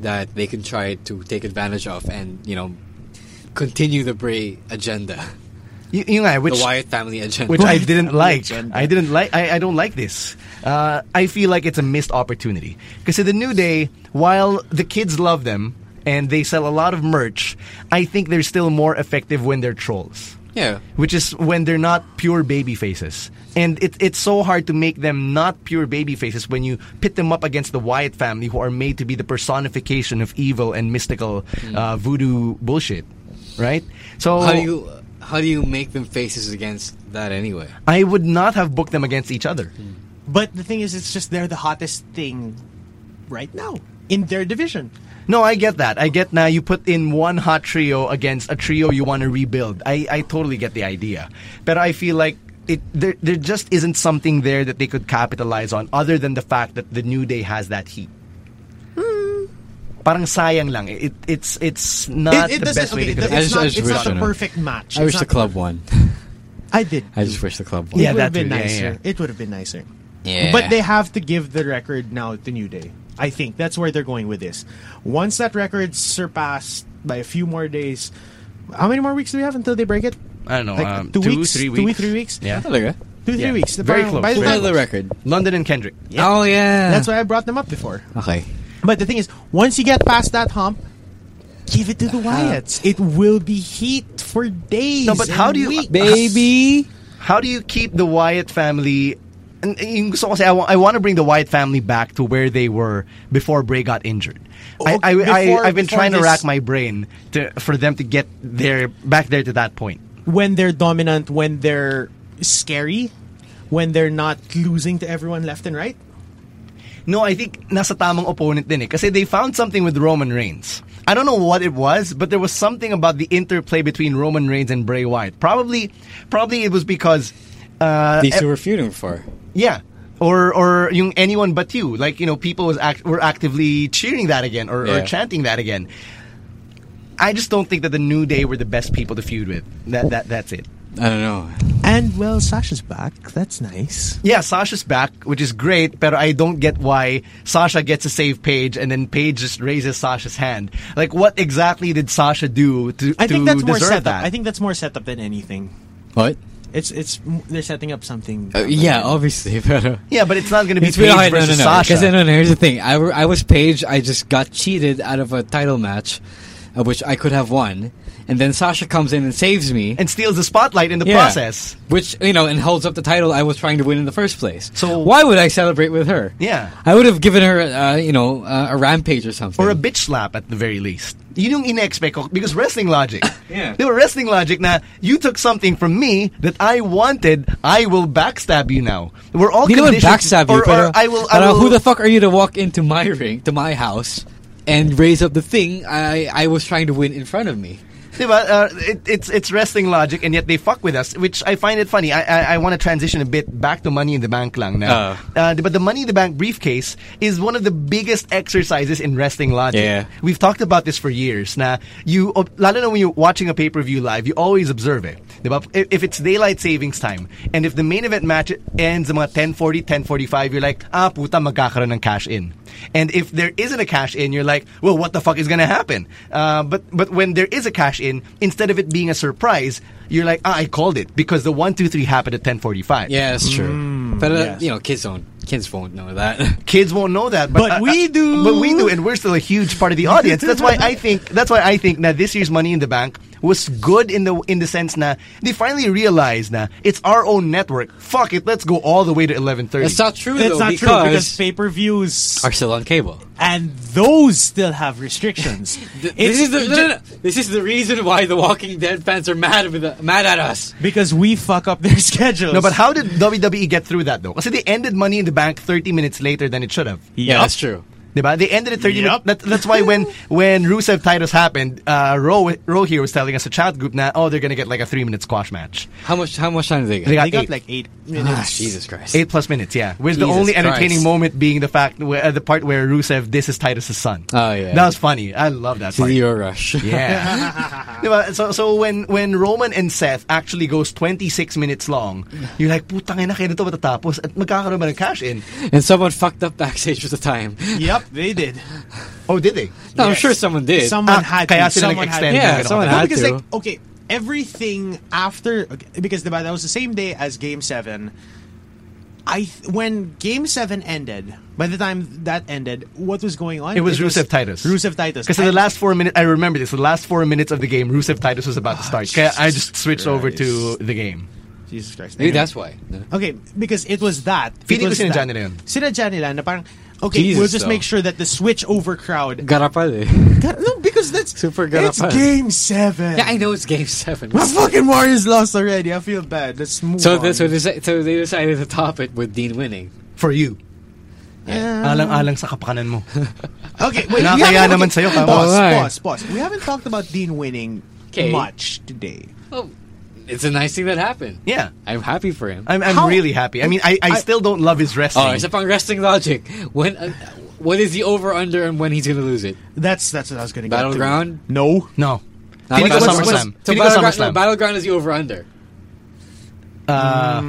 [SPEAKER 3] that they can try to take advantage of, and you know, continue the Bray agenda,
[SPEAKER 2] Y- yun nga, which
[SPEAKER 3] the Wyatt family agenda. [laughs]
[SPEAKER 2] which I didn't like.
[SPEAKER 4] agenda.
[SPEAKER 2] I didn't like. I, I don't like this. Uh, I feel like it's a missed opportunity because in the new day, while the kids love them and they sell a lot of merch, I think they're still more effective when they're trolls.
[SPEAKER 3] yeah,
[SPEAKER 2] Which is when they're not pure baby faces. And it, it's so hard to make them not pure baby faces when you pit them up against the Wyatt family, who are made to be the personification of evil and mystical uh, voodoo bullshit. Right? So.
[SPEAKER 3] how do you how do you make them faces against that anyway.
[SPEAKER 2] I would not have booked them against each other.
[SPEAKER 4] But the thing is, it's just they're the hottest thing right now in their division.
[SPEAKER 2] No, I get that. I get now you put in one hot trio against a trio you want to rebuild. I, I totally get the idea. But I feel like it there, there just isn't something there that they could capitalize on other than the fact that the New Day has that heat. Parang sayang lang. It, it's, it's not the
[SPEAKER 4] doesn't-
[SPEAKER 2] best way
[SPEAKER 4] okay,
[SPEAKER 2] to
[SPEAKER 4] it-
[SPEAKER 2] do
[SPEAKER 3] I
[SPEAKER 4] It's,
[SPEAKER 3] just-
[SPEAKER 4] not,
[SPEAKER 3] I just
[SPEAKER 4] it's not
[SPEAKER 3] wish
[SPEAKER 4] the
[SPEAKER 3] I know.
[SPEAKER 4] perfect match.
[SPEAKER 3] I
[SPEAKER 4] It's
[SPEAKER 3] wish the
[SPEAKER 4] not-
[SPEAKER 3] club won. [laughs]
[SPEAKER 4] I did.
[SPEAKER 3] I just wish the club won.
[SPEAKER 4] It
[SPEAKER 2] Yeah,
[SPEAKER 4] would
[SPEAKER 2] that
[SPEAKER 4] have been
[SPEAKER 2] too, yeah,
[SPEAKER 4] nicer.
[SPEAKER 2] yeah.
[SPEAKER 4] It would have been nicer.
[SPEAKER 3] Yeah.
[SPEAKER 4] But they have to give the record now to New Day. I think that's where they're going with this. Once that record's surpassed by a few more days, how many more weeks do we have until they break it?
[SPEAKER 2] I don't know.
[SPEAKER 4] Like,
[SPEAKER 2] um,
[SPEAKER 4] two
[SPEAKER 2] two,
[SPEAKER 4] weeks,
[SPEAKER 2] three
[SPEAKER 4] two,
[SPEAKER 2] weeks.
[SPEAKER 4] three weeks?
[SPEAKER 2] Yeah.
[SPEAKER 3] Talaga?
[SPEAKER 4] Two, three
[SPEAKER 2] Yeah.
[SPEAKER 4] weeks.
[SPEAKER 2] Very
[SPEAKER 4] By-
[SPEAKER 2] close,
[SPEAKER 4] By the
[SPEAKER 2] very
[SPEAKER 4] time-
[SPEAKER 3] What's the record?
[SPEAKER 2] London and Kendrick.
[SPEAKER 3] Oh yeah.
[SPEAKER 4] That's why I brought them up before.
[SPEAKER 3] okay.
[SPEAKER 4] But the thing is, once you get past that hump, give it to the Wyatts. It will be heat for days.
[SPEAKER 2] Uh, No, but how
[SPEAKER 4] and
[SPEAKER 2] do you-
[SPEAKER 4] weeks.
[SPEAKER 3] Baby.
[SPEAKER 2] How do you keep the Wyatt family? And and yung gusto ko kasi, I, want to bring the Wyatt family back to where they were before Bray got injured. I, I,
[SPEAKER 4] Oh, before-
[SPEAKER 2] I, I've been
[SPEAKER 4] before
[SPEAKER 2] trying to
[SPEAKER 4] this-
[SPEAKER 2] rack my brain to, for them to get there back there to that point.
[SPEAKER 4] when they're dominant, when they're scary, when they're not losing to everyone left and right.
[SPEAKER 2] No, I think nasa tamang opponent din eh. Kasi they found something with Roman Reigns. I don't know what it was, but there was something about the interplay between Roman Reigns and Bray Wyatt. Probably, probably it was because Uh,
[SPEAKER 3] These two
[SPEAKER 2] eh,
[SPEAKER 3] were feuding for.
[SPEAKER 2] Yeah. Or or yung anyone but you. Like, you know, people was act- were actively cheering that again or, or
[SPEAKER 3] Yeah.
[SPEAKER 2] chanting that again. I just don't think that the New Day were the best people to feud with. That that that's it.
[SPEAKER 3] I don't know.
[SPEAKER 4] And well, Sasha's back. That's nice.
[SPEAKER 2] Yeah, Sasha's back, which is great, but I don't get why Sasha gets a save Paige and then Paige just raises Sasha's hand. Like what exactly did Sasha do to,
[SPEAKER 4] I think
[SPEAKER 2] to
[SPEAKER 4] that's more
[SPEAKER 2] deserve
[SPEAKER 4] setup.
[SPEAKER 2] that?
[SPEAKER 4] I think that's more setup than anything.
[SPEAKER 3] What?
[SPEAKER 4] It's it's they're setting up something.
[SPEAKER 3] Uh, yeah, obviously, [laughs] pero.
[SPEAKER 2] yeah, but it's not going to be
[SPEAKER 3] It's been
[SPEAKER 2] Paige
[SPEAKER 3] hard. No, no,
[SPEAKER 2] versus
[SPEAKER 3] no.
[SPEAKER 2] Sasha.
[SPEAKER 3] Because no, no. Here's the thing. I, were- I was Paige. I just got cheated out of a title match, uh, which I could have won. And then Sasha comes in and saves me.
[SPEAKER 2] and steals the spotlight in the
[SPEAKER 3] Yeah.
[SPEAKER 2] process.
[SPEAKER 3] Which, you know, and holds up the title I was trying to win in the first place.
[SPEAKER 2] So-
[SPEAKER 3] why would I celebrate with her?
[SPEAKER 2] Yeah.
[SPEAKER 3] I would have given her, uh, you know, uh, a rampage or something.
[SPEAKER 2] Or a bitch slap at the very least. Yun yung in-expect ko. Because wrestling logic.
[SPEAKER 3] [laughs] Yeah.
[SPEAKER 2] They were wrestling logic na you took something from me that I wanted, I will backstab you now. We're all
[SPEAKER 3] Hindi naman
[SPEAKER 2] conditioned...
[SPEAKER 3] backstab you,
[SPEAKER 2] or,
[SPEAKER 3] pero,
[SPEAKER 2] or I will... I
[SPEAKER 3] pero
[SPEAKER 2] will
[SPEAKER 3] uh, who the fuck are you to walk into my ring, to my house, and raise up the thing I, I was trying to win in front of me?
[SPEAKER 2] Diba? Uh, it, it's, it's wrestling logic and yet they fuck with us, which I find it funny. I, I, I want to transition a bit back to Money in the Bank lang now.
[SPEAKER 3] Uh.
[SPEAKER 2] Uh, but the Money in the Bank briefcase is one of the biggest exercises in wrestling logic.
[SPEAKER 3] Yeah.
[SPEAKER 2] We've talked about this for years. Now, you, ob- lalo na when you're watching a pay-per-view live, you always observe it. Diba? If if it's daylight savings time and if the main event match ends mga 10.40, 10.45, you're like, ah, puta, magkakaroon ng cash-in. And if there isn't a cash-in, you're like, well, what the fuck is gonna happen? Uh, but, but when there is a cash-in, instead of it being a surprise, you're like, ah, I called it because the one, two, three happened at 10.45.
[SPEAKER 3] Yeah, that's true. but, uh,
[SPEAKER 4] Mm, yes.
[SPEAKER 3] you know, kids don't, kids won't know that. [laughs]
[SPEAKER 2] kids won't know that, but,
[SPEAKER 4] But we do.
[SPEAKER 2] But we do, and we're still a huge part of the audience. That's why I think. That's why I think that this year's Money in the Bank was good in the in the sense that they finally realized that it's our own network. Fuck it, let's go all the way to eleven thirty.
[SPEAKER 3] That's not true,
[SPEAKER 4] That's
[SPEAKER 3] though,
[SPEAKER 4] not
[SPEAKER 3] because,
[SPEAKER 4] true because pay per views
[SPEAKER 3] are still on cable.
[SPEAKER 4] and those still have restrictions.
[SPEAKER 3] [laughs] Th-
[SPEAKER 4] It's-
[SPEAKER 3] This is, the,
[SPEAKER 4] it
[SPEAKER 3] no,
[SPEAKER 4] ju-
[SPEAKER 3] no, no. this is the reason why the Walking Dead fans are mad, with the, mad at us.
[SPEAKER 4] because we fuck up their [laughs] schedules.
[SPEAKER 2] No, but how did WWE get through that though? Because they ended Money in the Bank thirty minutes later than it should have.
[SPEAKER 3] Yeah, that's true.
[SPEAKER 2] Diba? They ended at 30 minutes.
[SPEAKER 4] Yup.
[SPEAKER 2] That, that's why when, when Rusev Titus happened, uh, Ro, Ro here was telling us a chat group now, oh, they're going to get like a three minute squash match.
[SPEAKER 3] How much? How much time did they get?
[SPEAKER 2] They got,
[SPEAKER 4] they got
[SPEAKER 2] eight.
[SPEAKER 4] like eight
[SPEAKER 3] Ah,
[SPEAKER 4] minutes.
[SPEAKER 3] Jesus Christ!
[SPEAKER 2] Eight plus minutes, yeah. With the
[SPEAKER 3] Jesus
[SPEAKER 2] only entertaining
[SPEAKER 3] Christ.
[SPEAKER 2] moment being the fact, where, uh, the part where Rusev this is Titus's son.
[SPEAKER 3] Oh, yeah.
[SPEAKER 2] that was funny. I love that part.
[SPEAKER 3] Zero rush.
[SPEAKER 2] Yeah. [laughs] Diba? so so when when Roman and Seth actually goes 26 minutes long, you're like, putang ina, kailan to matatapos? At magkakaroon ba ng cash-in?
[SPEAKER 3] [laughs] and someone fucked up backstage with the time. [laughs]
[SPEAKER 4] Yep, they did.
[SPEAKER 2] Oh, did they?
[SPEAKER 3] No, I'm
[SPEAKER 4] Yes.
[SPEAKER 3] sure someone did.
[SPEAKER 4] Someone
[SPEAKER 2] Ah,
[SPEAKER 4] had
[SPEAKER 2] kaya
[SPEAKER 4] to.
[SPEAKER 2] sila
[SPEAKER 4] Someone had
[SPEAKER 2] nag-extend
[SPEAKER 4] to.
[SPEAKER 3] Yeah,
[SPEAKER 2] ng ganun.
[SPEAKER 3] someone
[SPEAKER 4] no,
[SPEAKER 3] had
[SPEAKER 4] because
[SPEAKER 3] to.
[SPEAKER 4] like okay, everything after okay, because diba, that was the same day as Game Seven. I th- when Game Seven ended, by the time that ended, what was going on?
[SPEAKER 2] It was Rusev Titus.
[SPEAKER 4] Rusev Titus.
[SPEAKER 2] Because in the last four minutes, I remember this. The last four minutes of the game, Rusev Titus was
[SPEAKER 3] Ah,
[SPEAKER 2] about to start. Kaya I just switched over to the game.
[SPEAKER 4] I- Jesus Christ.
[SPEAKER 3] Maybe
[SPEAKER 4] Anyway.
[SPEAKER 3] that's why. No.
[SPEAKER 4] Okay, because it was that.
[SPEAKER 2] Feeling
[SPEAKER 4] it
[SPEAKER 2] ko
[SPEAKER 4] was
[SPEAKER 2] sinadya
[SPEAKER 4] that.
[SPEAKER 2] nila yun.
[SPEAKER 4] Sinadya nila na parang, okay,
[SPEAKER 3] Jesus,
[SPEAKER 4] we'll just
[SPEAKER 3] though.
[SPEAKER 4] make sure that the switch over crowd.
[SPEAKER 3] Garapal. eh.
[SPEAKER 4] God, no, because because that's
[SPEAKER 3] Super
[SPEAKER 4] It's
[SPEAKER 3] garapan.
[SPEAKER 4] game seven.
[SPEAKER 3] Yeah, I know it's game seven.
[SPEAKER 4] My fucking Warriors lost already. I feel bad. Let's move
[SPEAKER 3] So
[SPEAKER 4] on.
[SPEAKER 3] this, so, this, so they decided to top it with Dean winning.
[SPEAKER 2] For you.
[SPEAKER 4] Yeah.
[SPEAKER 2] Alang-alang sa kapakanan
[SPEAKER 3] [laughs]
[SPEAKER 2] mo.
[SPEAKER 4] Okay, wait. we
[SPEAKER 2] Nakakaya
[SPEAKER 4] haven't-
[SPEAKER 2] naman sa'yo, Kamo.
[SPEAKER 4] Pause,
[SPEAKER 3] Alright.
[SPEAKER 4] pause, pause. We haven't talked about Dean winning
[SPEAKER 3] 'Kay.
[SPEAKER 4] much today.
[SPEAKER 3] Well, it's a nice thing that happened.
[SPEAKER 2] Oh. Yeah.
[SPEAKER 3] I'm happy for him.
[SPEAKER 2] I'm, I'm
[SPEAKER 4] How-
[SPEAKER 2] really happy. I mean, I, I,
[SPEAKER 4] I-
[SPEAKER 2] still don't love his wrestling.
[SPEAKER 3] oh, except on wrestling logic, when uh, what is the over under and when he's gonna lose it?
[SPEAKER 4] That's that's what I was going to get. to.
[SPEAKER 3] Battleground?
[SPEAKER 4] No.
[SPEAKER 2] no.
[SPEAKER 3] Now,
[SPEAKER 2] Feeling ko
[SPEAKER 3] what's- what's-
[SPEAKER 2] SummerSlam.
[SPEAKER 3] So
[SPEAKER 2] Feeling ko
[SPEAKER 3] battleground, no,
[SPEAKER 2] SummerSlam.
[SPEAKER 3] battleground is the over under.
[SPEAKER 2] Uh,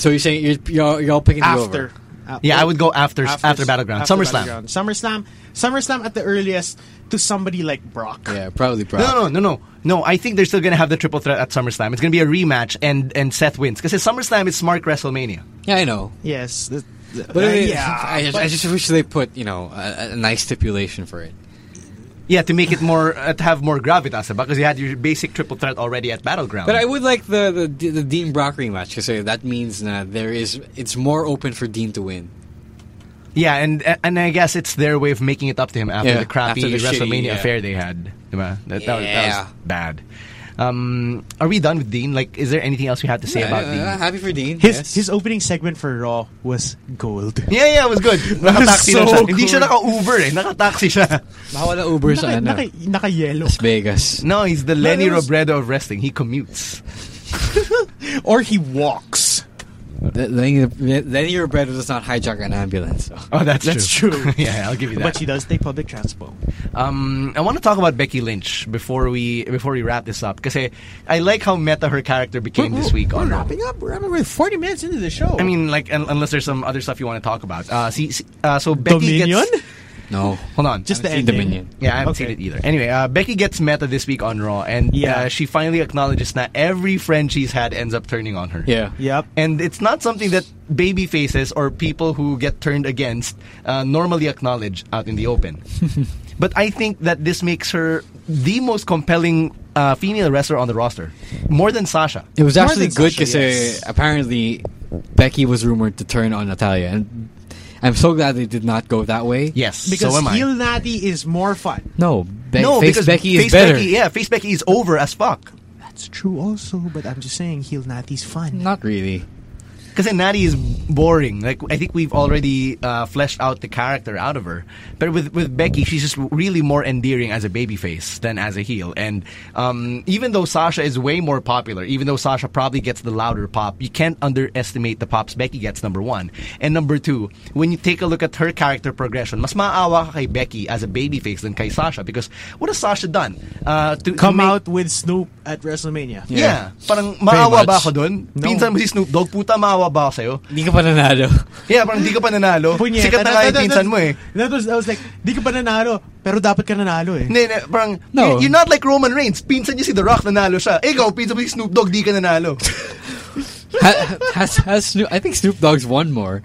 [SPEAKER 3] So you're saying you're y'all, y'all picking the
[SPEAKER 4] After.
[SPEAKER 3] over?
[SPEAKER 4] Uh,
[SPEAKER 2] yeah, I
[SPEAKER 4] wait.
[SPEAKER 2] would go after after, Battleground.
[SPEAKER 4] after
[SPEAKER 2] SummerSlam.
[SPEAKER 4] Battleground. SummerSlam. SummerSlam at the earliest to somebody like Brock.
[SPEAKER 3] Yeah, probably. probably.
[SPEAKER 2] No, no, no, no. No, I think they're still going to have the triple threat at SummerSlam. It's going to be a rematch and, and Seth wins. Because SummerSlam is smart WrestleMania.
[SPEAKER 3] Yeah, I know.
[SPEAKER 4] Yes. th- th-
[SPEAKER 3] But
[SPEAKER 4] uh,
[SPEAKER 3] I mean,
[SPEAKER 4] yeah.
[SPEAKER 3] I, just,
[SPEAKER 4] but-
[SPEAKER 3] I just wish they put you know a, a nice stipulation for it.
[SPEAKER 2] Yeah, to make it more, uh, to have more gravitas. Because you had your basic triple threat already at Battleground.
[SPEAKER 3] But I would like the the, D- the Dean Brock rematch because that means uh, there is it's more open for Dean to win.
[SPEAKER 2] yeah, and and I guess it's their way of making it up to him after
[SPEAKER 3] Yeah,
[SPEAKER 2] the crappy
[SPEAKER 3] after the shitty,
[SPEAKER 2] WrestleMania
[SPEAKER 3] yeah.
[SPEAKER 2] affair they had. Diba? That, that, was,
[SPEAKER 3] Yeah.
[SPEAKER 2] that was bad. Um, are we done with Dean? Like, is there anything else we have to say about
[SPEAKER 3] Uh,
[SPEAKER 2] Dean?
[SPEAKER 3] happy for Dean.
[SPEAKER 4] his
[SPEAKER 3] yes.
[SPEAKER 4] his opening segment for Raw was
[SPEAKER 2] [laughs]
[SPEAKER 4] gold.
[SPEAKER 2] Yeah, yeah, it was good. Nakataxi na
[SPEAKER 4] so
[SPEAKER 2] siya. Hindi siya
[SPEAKER 4] cool.
[SPEAKER 2] naka-Uber eh. Nakataxi siya.
[SPEAKER 3] Bawal ang Uber sa
[SPEAKER 4] Naka,
[SPEAKER 3] ano.
[SPEAKER 4] naka, naka-yellow.
[SPEAKER 3] Las Vegas.
[SPEAKER 4] Mm.
[SPEAKER 2] No, he's the
[SPEAKER 4] No,
[SPEAKER 2] Lenny
[SPEAKER 4] it was-
[SPEAKER 2] Robredo of wrestling. He commutes.
[SPEAKER 4] Or he walks.
[SPEAKER 3] Th- Then you- then your bread does not hijack an ambulance. So.
[SPEAKER 2] Oh, that's
[SPEAKER 4] That's true.
[SPEAKER 2] [laughs] yeah, I'll give you
[SPEAKER 4] But
[SPEAKER 2] that.
[SPEAKER 4] she does take public transport.
[SPEAKER 2] Um, I want to talk about Becky Lynch before we before we wrap this up because I, I like how meta her character became this week.
[SPEAKER 4] We're
[SPEAKER 2] on Raw.
[SPEAKER 4] wrapping up. We're, wrapping- we're 40 minutes into the show.
[SPEAKER 2] I mean, like un- unless there's some other stuff you want to talk about. Uh, see, see- uh, so Becky
[SPEAKER 4] Dominion?
[SPEAKER 2] gets.
[SPEAKER 3] No.
[SPEAKER 2] Hold on,
[SPEAKER 4] Just [laughs] the
[SPEAKER 3] Haven't seen
[SPEAKER 4] ending.
[SPEAKER 3] Dominion.
[SPEAKER 2] Yeah, I haven't
[SPEAKER 4] Okay.
[SPEAKER 2] seen it either. Anyway, uh, Becky gets meta this week on Raw, and
[SPEAKER 4] Yeah.
[SPEAKER 2] uh, she finally acknowledges that every friend she's had ends up turning on her.
[SPEAKER 3] Yeah.
[SPEAKER 4] Yep.
[SPEAKER 2] And it's not something that baby faces or people who get turned against uh, normally acknowledge out in the
[SPEAKER 4] [laughs]
[SPEAKER 2] open. but I think that this makes her the most compelling uh, female wrestler on the roster, more than Sasha.
[SPEAKER 3] It was
[SPEAKER 4] More
[SPEAKER 3] actually
[SPEAKER 4] than
[SPEAKER 3] good
[SPEAKER 4] Sasha,
[SPEAKER 3] because
[SPEAKER 4] yes.
[SPEAKER 3] apparently Becky was rumored to turn on Natalia, and I'm so glad they did not go that way.
[SPEAKER 2] Yes,
[SPEAKER 4] Because
[SPEAKER 2] so am I.
[SPEAKER 4] heel natty is more fun.
[SPEAKER 3] No, Be-
[SPEAKER 2] no,
[SPEAKER 3] face
[SPEAKER 2] because
[SPEAKER 3] Becky is
[SPEAKER 2] face
[SPEAKER 3] better.
[SPEAKER 2] Becky, yeah, face Becky is over as fuck.
[SPEAKER 4] That's true also, but I'm just saying heel natty's fun.
[SPEAKER 3] Not really.
[SPEAKER 2] Because Natty is boring. Like I think we've already uh, fleshed out the character out of her. But with with Becky, she's just really more endearing as a babyface than as a heel. And um, even though Sasha is way more popular, even though Sasha probably gets the louder pop, you can't underestimate the pops Becky gets. Number one and number two, when you take a look at her character progression, mas maawa ka kay Becky as a babyface than kay Sasha because what has Sasha done? Uh, to, to
[SPEAKER 4] Come
[SPEAKER 2] make-
[SPEAKER 4] out with Snoop at WrestleMania.
[SPEAKER 2] Yeah. Parang maawa ba
[SPEAKER 3] much.
[SPEAKER 2] ako doon?
[SPEAKER 4] No.
[SPEAKER 2] Pinsan mo si Snoop Dogg, puta maawa ba ako sa'yo?
[SPEAKER 3] Hindi ka pa nanalo.
[SPEAKER 2] Yeah, parang di ka pa nanalo.
[SPEAKER 4] [laughs] Punyeta,
[SPEAKER 2] Sikat na nga
[SPEAKER 4] that- that-
[SPEAKER 2] yung
[SPEAKER 4] that-
[SPEAKER 2] pinsan mo eh.
[SPEAKER 4] That was, I was like, di ka pa nanalo, pero dapat ka nanalo eh.
[SPEAKER 2] Hindi, hindi, parang,
[SPEAKER 3] No.
[SPEAKER 2] you- you're not like Roman Reigns. Pinsan niya si The Rock, nanalo siya. Ikaw, pinsan mo si Snoop Dogg, di ka nanalo.
[SPEAKER 3] Ha- has, has Snoop, I think Snoop Dogg's won more.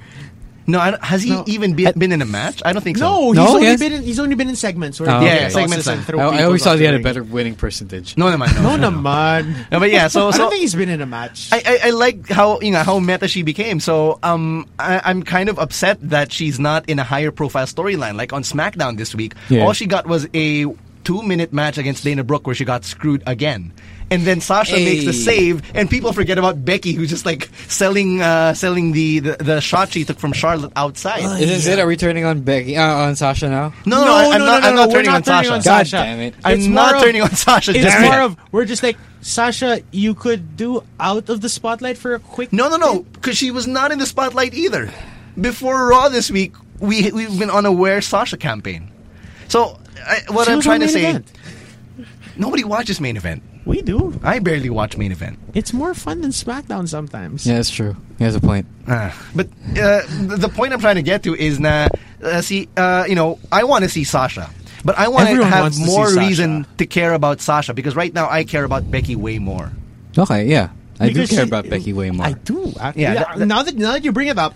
[SPEAKER 2] no, I don't- has he
[SPEAKER 4] No.
[SPEAKER 2] even be, been in a match? I don't think so.
[SPEAKER 4] No, he's
[SPEAKER 3] No,
[SPEAKER 4] only
[SPEAKER 3] yes.
[SPEAKER 4] been in, he's only been in segments where
[SPEAKER 3] Oh,
[SPEAKER 4] he
[SPEAKER 3] Yeah,
[SPEAKER 4] tosses
[SPEAKER 2] segments
[SPEAKER 4] and
[SPEAKER 2] lang.
[SPEAKER 4] throw
[SPEAKER 3] I, I
[SPEAKER 4] people
[SPEAKER 3] always
[SPEAKER 4] off
[SPEAKER 3] thought
[SPEAKER 4] the
[SPEAKER 3] he had a
[SPEAKER 4] ring.
[SPEAKER 3] better winning percentage.
[SPEAKER 2] No naman.
[SPEAKER 4] No
[SPEAKER 2] No, no, no.
[SPEAKER 4] naman.
[SPEAKER 2] No, but yeah, so,
[SPEAKER 4] I
[SPEAKER 2] so
[SPEAKER 4] don't think he's been in a match.
[SPEAKER 2] I, I, I like how you know how meta she became. So um, I, I'm kind of upset that she's not in a higher profile storyline. Like on SmackDown this week,
[SPEAKER 3] Yeah.
[SPEAKER 2] all she got was a two minute match against Dana Brooke where she got screwed again. And then Sasha makes the
[SPEAKER 3] Hey.
[SPEAKER 2] save, and people forget about Becky, who's just like selling uh, selling the, the the shot she took from Charlotte outside.
[SPEAKER 3] Is it? Are we turning on Becky uh, on Sasha now?
[SPEAKER 2] no, no, I, am not, I'm not
[SPEAKER 4] we're
[SPEAKER 2] turning on Sasha.
[SPEAKER 3] Sasha. God damn it.
[SPEAKER 2] I'm
[SPEAKER 4] It's
[SPEAKER 2] not
[SPEAKER 4] more of-
[SPEAKER 2] turning on Sasha.
[SPEAKER 4] It's
[SPEAKER 2] damn it.
[SPEAKER 4] more of we're just like Sasha. You could do out of the spotlight for a quick.
[SPEAKER 2] No, no, no, because she was not in the spotlight either. Before Raw this week, we we've been on a Where Sasha campaign. So I, what
[SPEAKER 4] She
[SPEAKER 2] I'm
[SPEAKER 4] was
[SPEAKER 2] trying
[SPEAKER 4] on
[SPEAKER 2] to
[SPEAKER 4] main
[SPEAKER 2] say,
[SPEAKER 4] event.
[SPEAKER 2] nobody watches main event.
[SPEAKER 4] we do.
[SPEAKER 2] I barely watch main event.
[SPEAKER 4] It's more fun than SmackDown sometimes.
[SPEAKER 3] Yeah, that's true. He has a point.
[SPEAKER 2] Ah. But uh, th- the point I'm trying to get to is na uh, see, uh, you know, I want to see Sasha. But I want to
[SPEAKER 4] Everyone
[SPEAKER 2] have
[SPEAKER 4] wants to
[SPEAKER 2] more
[SPEAKER 4] see Sasha.
[SPEAKER 2] reason to care about Sasha because right now I care about Becky way more.
[SPEAKER 3] Okay, yeah. I
[SPEAKER 4] Because
[SPEAKER 3] do care
[SPEAKER 4] she-
[SPEAKER 3] about Becky way more.
[SPEAKER 4] I do. Actually.
[SPEAKER 2] Yeah,
[SPEAKER 4] Yeah.
[SPEAKER 2] that- that-
[SPEAKER 4] now that now that you bring it up,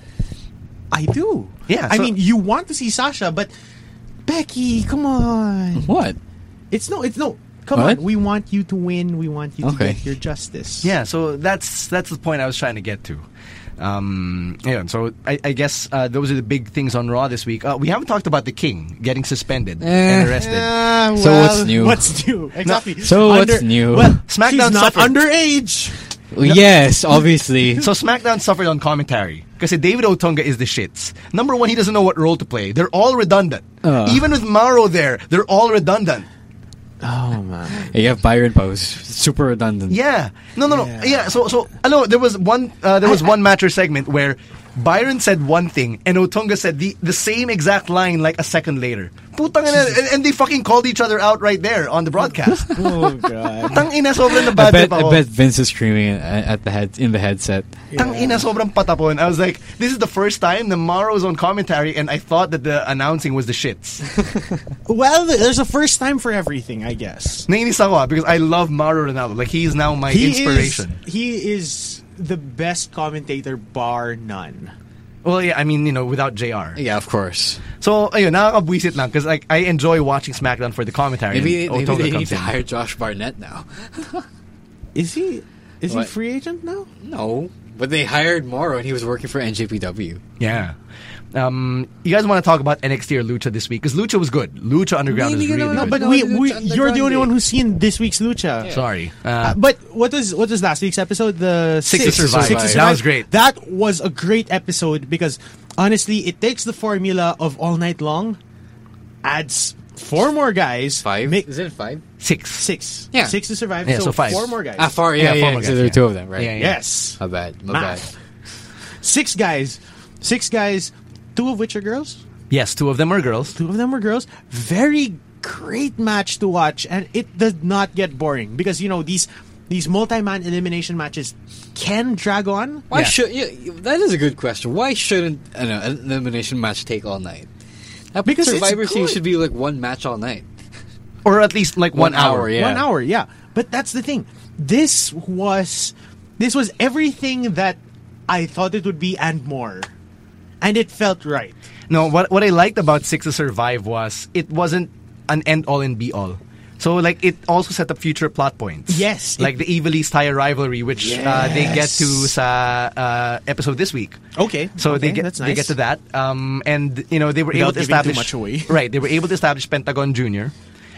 [SPEAKER 4] I do.
[SPEAKER 2] Yeah,
[SPEAKER 4] I
[SPEAKER 2] so-
[SPEAKER 4] mean, you want to see Sasha, but Becky,
[SPEAKER 3] [laughs]
[SPEAKER 4] come on.
[SPEAKER 3] What?
[SPEAKER 4] It's no. It's no. Come
[SPEAKER 3] What?
[SPEAKER 4] on. We want you to win. We want you
[SPEAKER 3] Okay.
[SPEAKER 4] to get your justice.
[SPEAKER 2] Yeah, so that's that's the point I was trying to get to. Um, ayun, so I, I guess uh, those are the big things on Raw this week. Uh, we haven't talked about the King getting suspended and arrested.
[SPEAKER 4] Ah,
[SPEAKER 3] So
[SPEAKER 4] well,
[SPEAKER 3] what's new?
[SPEAKER 4] What's new? Exactly.
[SPEAKER 3] So what's new?
[SPEAKER 4] Well,
[SPEAKER 2] SmackDown
[SPEAKER 4] she's not
[SPEAKER 2] suffered.
[SPEAKER 4] underage.
[SPEAKER 3] Yes,
[SPEAKER 4] [laughs]
[SPEAKER 3] obviously.
[SPEAKER 2] So SmackDown suffered on commentary because David Otunga is the shits. Number one, he doesn't know what role to play. They're all redundant. Even with Mauro there, they're all redundant.
[SPEAKER 3] [laughs]
[SPEAKER 4] Oh man.
[SPEAKER 3] you have Byron Pose, super redundant.
[SPEAKER 2] Yeah. No, no, no. Yeah.
[SPEAKER 4] Yeah.
[SPEAKER 2] so, so I know there was one. Uh, there was one matcher segment where Byron said one thing and Otunga said the, the same exact line like a second later. Putang ina, and, and they fucking called each other out right there on the
[SPEAKER 3] [laughs]
[SPEAKER 2] broadcast.
[SPEAKER 4] Oh god.
[SPEAKER 2] Tang ina sobrang na
[SPEAKER 3] I
[SPEAKER 2] bad
[SPEAKER 3] bet,
[SPEAKER 2] trip
[SPEAKER 3] I
[SPEAKER 2] ako.
[SPEAKER 3] bet Vince is screaming at at the head in the headset.
[SPEAKER 2] Tang ina sobrang patapon. I was like, this is the first time the Maro's on commentary and I thought that the announcing was the
[SPEAKER 3] [laughs]
[SPEAKER 2] shits.
[SPEAKER 4] well, there's a first time for everything, I guess.
[SPEAKER 2] Nainis ako ah, because I love Mauro Ronaldo. Like he is now my inspiration.
[SPEAKER 4] Is, he is the best commentator bar none.
[SPEAKER 2] Well, yeah, I mean, you know, without JR.
[SPEAKER 3] Yeah, of course.
[SPEAKER 2] So, ayun, nakakabwisit lang because like I enjoy watching SmackDown for the commentary. Oh,
[SPEAKER 3] Maybe,
[SPEAKER 2] and
[SPEAKER 3] maybe
[SPEAKER 2] Otunga
[SPEAKER 3] they need
[SPEAKER 2] comes
[SPEAKER 3] to
[SPEAKER 2] in.
[SPEAKER 3] hire Josh Barnett now.
[SPEAKER 4] Is he? Is
[SPEAKER 3] What?
[SPEAKER 4] he free agent now?
[SPEAKER 3] No, but they hired Morrow, and he was working for NJPW.
[SPEAKER 2] Yeah. Um, you guys want to talk about NXT or Lucha this week? Because Lucha was good. Lucha Underground
[SPEAKER 3] Hindi
[SPEAKER 2] was really
[SPEAKER 3] ginawa-
[SPEAKER 2] good.
[SPEAKER 3] No,
[SPEAKER 4] But
[SPEAKER 3] No,
[SPEAKER 4] we,
[SPEAKER 3] Lucha
[SPEAKER 4] we you're the
[SPEAKER 3] Underground
[SPEAKER 4] only
[SPEAKER 3] eh.
[SPEAKER 4] one who's seen this week's lucha.
[SPEAKER 2] Sorry.
[SPEAKER 4] Uh,
[SPEAKER 2] Uh,
[SPEAKER 4] but what was what was last week's episode? The
[SPEAKER 2] Six
[SPEAKER 4] Six
[SPEAKER 2] to Survive.
[SPEAKER 4] Six to
[SPEAKER 3] That
[SPEAKER 4] Survive.
[SPEAKER 2] was great.
[SPEAKER 4] That was a great episode because honestly, it takes the formula of all night long, adds four more guys,
[SPEAKER 3] Five?
[SPEAKER 4] make
[SPEAKER 3] Is it five?
[SPEAKER 2] six.
[SPEAKER 4] six,
[SPEAKER 3] Yeah.
[SPEAKER 4] six to survive.
[SPEAKER 2] Yeah,
[SPEAKER 4] so,
[SPEAKER 2] so five.
[SPEAKER 4] four more guys.
[SPEAKER 3] Ah, four. Yeah, yeah.
[SPEAKER 2] four more
[SPEAKER 3] so
[SPEAKER 2] guys,
[SPEAKER 3] there are
[SPEAKER 2] yeah.
[SPEAKER 3] two of them, right?
[SPEAKER 2] Yeah, yeah.
[SPEAKER 4] Yes,
[SPEAKER 3] My bad. My
[SPEAKER 4] Math. six guys, six guys, two of which are girls.
[SPEAKER 2] Yes, two of them are girls.
[SPEAKER 4] Two of them were girls. Very great match to watch, and it does not get boring because you know these these multi-man elimination matches can drag on.
[SPEAKER 3] Why
[SPEAKER 2] Yeah.
[SPEAKER 3] should yeah, that is a good question. Why shouldn't I know, an elimination match take all night? That
[SPEAKER 4] Because it's
[SPEAKER 3] Survivor Series
[SPEAKER 4] good.
[SPEAKER 3] should be like one match all night.
[SPEAKER 2] Or at least like one,
[SPEAKER 3] One hour, yeah.
[SPEAKER 4] One hour, yeah. But that's the thing. This was this was everything that I thought it would be and more. And it felt right.
[SPEAKER 2] No, what what I liked about Six to Survive was it wasn't an end all and be all. So like it also set up future plot points.
[SPEAKER 4] Yes,
[SPEAKER 2] like
[SPEAKER 4] it-
[SPEAKER 2] the Evil East Higher rivalry, which uh, they get to
[SPEAKER 4] Yes.
[SPEAKER 2] sa uh, episode this week.
[SPEAKER 4] Okay.
[SPEAKER 2] So they
[SPEAKER 4] okay,
[SPEAKER 2] get
[SPEAKER 4] that's
[SPEAKER 2] they get
[SPEAKER 4] nice.
[SPEAKER 2] to that, um, and you know they were able
[SPEAKER 4] Without
[SPEAKER 2] to
[SPEAKER 4] giving
[SPEAKER 2] establish
[SPEAKER 4] too much away.
[SPEAKER 2] [laughs] right. They were able to establish Pentagon Junior.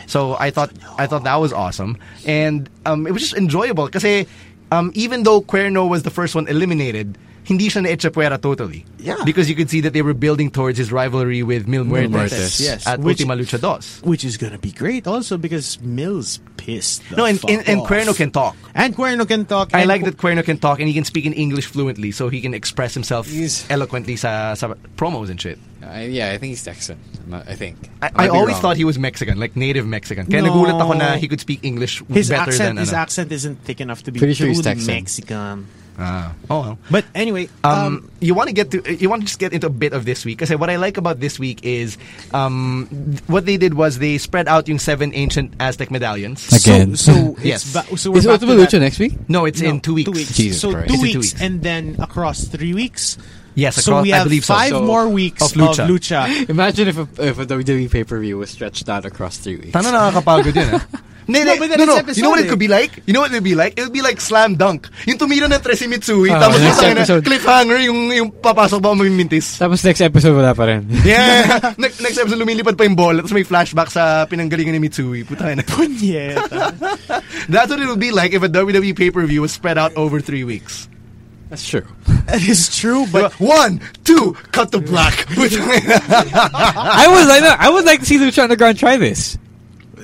[SPEAKER 2] So I thought I thought that was awesome, and um, it was just enjoyable because um, even though Cuerno was the first one eliminated, hindi siya na Echepuera totally.
[SPEAKER 4] Yeah.
[SPEAKER 2] because you could see that they were building towards his rivalry with Mil Muertes,
[SPEAKER 3] Muertes,
[SPEAKER 4] yes.
[SPEAKER 2] at
[SPEAKER 4] Which-
[SPEAKER 2] Ultima Lucha Dos.
[SPEAKER 4] Which is gonna be great also because Mills pissed. The
[SPEAKER 2] No, and
[SPEAKER 4] fuck
[SPEAKER 2] and, and
[SPEAKER 4] off.
[SPEAKER 2] Cuerno can talk.
[SPEAKER 4] And Cuerno can talk.
[SPEAKER 2] I
[SPEAKER 4] and
[SPEAKER 2] like
[SPEAKER 4] Cu-
[SPEAKER 2] that Cuerno can talk and he can speak in English fluently, so he can express himself
[SPEAKER 3] He's-
[SPEAKER 2] eloquently sa, sa promos and shit.
[SPEAKER 3] I, yeah, I think he's Texan. I'm not- I think.
[SPEAKER 2] I,
[SPEAKER 3] might
[SPEAKER 2] I
[SPEAKER 3] be
[SPEAKER 2] always
[SPEAKER 3] wrong.
[SPEAKER 2] thought he was Mexican, like native Mexican. Kaya
[SPEAKER 4] No.
[SPEAKER 2] nagulat ako na he could speak English
[SPEAKER 4] his
[SPEAKER 2] better
[SPEAKER 4] accent,
[SPEAKER 2] than
[SPEAKER 4] his
[SPEAKER 2] ano.
[SPEAKER 4] accent isn't thick enough to be
[SPEAKER 3] Pretty sure he's
[SPEAKER 4] too
[SPEAKER 3] Texan.
[SPEAKER 4] Mexican.
[SPEAKER 2] Ah. oh well.
[SPEAKER 4] But anyway,
[SPEAKER 2] Um,
[SPEAKER 4] um,
[SPEAKER 2] you want to get to you want to just get into a bit of this week kasi what I like about this week is um, th- what they did was they spread out yung seven ancient Aztec medallions.
[SPEAKER 3] Like- again. [laughs]
[SPEAKER 4] So, so it's
[SPEAKER 2] Yes.
[SPEAKER 4] ba- so we're
[SPEAKER 3] Is
[SPEAKER 4] back
[SPEAKER 3] Ultima
[SPEAKER 4] to that-
[SPEAKER 3] Lucha next week?
[SPEAKER 2] no, it's
[SPEAKER 4] No,
[SPEAKER 2] in two weeks.
[SPEAKER 3] Jesus
[SPEAKER 4] so
[SPEAKER 2] It's
[SPEAKER 3] Christ.
[SPEAKER 4] two
[SPEAKER 2] in
[SPEAKER 4] weeks,
[SPEAKER 2] two weeks.
[SPEAKER 4] and then across three weeks.
[SPEAKER 2] Yes,
[SPEAKER 4] so
[SPEAKER 2] across-
[SPEAKER 4] we
[SPEAKER 2] I
[SPEAKER 4] have
[SPEAKER 2] believe so.
[SPEAKER 4] five
[SPEAKER 2] So-
[SPEAKER 4] more weeks
[SPEAKER 2] of
[SPEAKER 4] of
[SPEAKER 2] lucha.
[SPEAKER 4] lucha.
[SPEAKER 2] [laughs]
[SPEAKER 3] Imagine if a, if a WWE pay per view was stretched out across three weeks.
[SPEAKER 2] Tana nakakapagod yun, ah. Nee,
[SPEAKER 4] No,
[SPEAKER 2] nee,
[SPEAKER 4] but then
[SPEAKER 2] no,
[SPEAKER 4] it's
[SPEAKER 2] no. You know what it
[SPEAKER 4] episode,
[SPEAKER 2] could be like? You know what it would be like? It would be like slam dunk. Yung tumira ng Tracy Mitsui,
[SPEAKER 3] Ah,
[SPEAKER 2] tapos yung
[SPEAKER 3] next
[SPEAKER 2] tangina,
[SPEAKER 3] episode.
[SPEAKER 2] cliffhanger yung, yung papasok ba o magmintis.
[SPEAKER 3] Tapos next episode wala pa [laughs] rin.
[SPEAKER 2] Yeah! [laughs] next, next episode, lumilipad pa yung bola, tapos may flashback sa pinanggalingan ni Mitsui. Puta na. [laughs]
[SPEAKER 4] Punyeta.
[SPEAKER 2] That's what it would be like if a WWE pay-per-view was spread out over three weeks.
[SPEAKER 3] That's true.
[SPEAKER 4] that is true,
[SPEAKER 2] But
[SPEAKER 4] but
[SPEAKER 2] one, two, cut the [laughs] black.
[SPEAKER 3] I would like I would like to see Lucha Underground try this.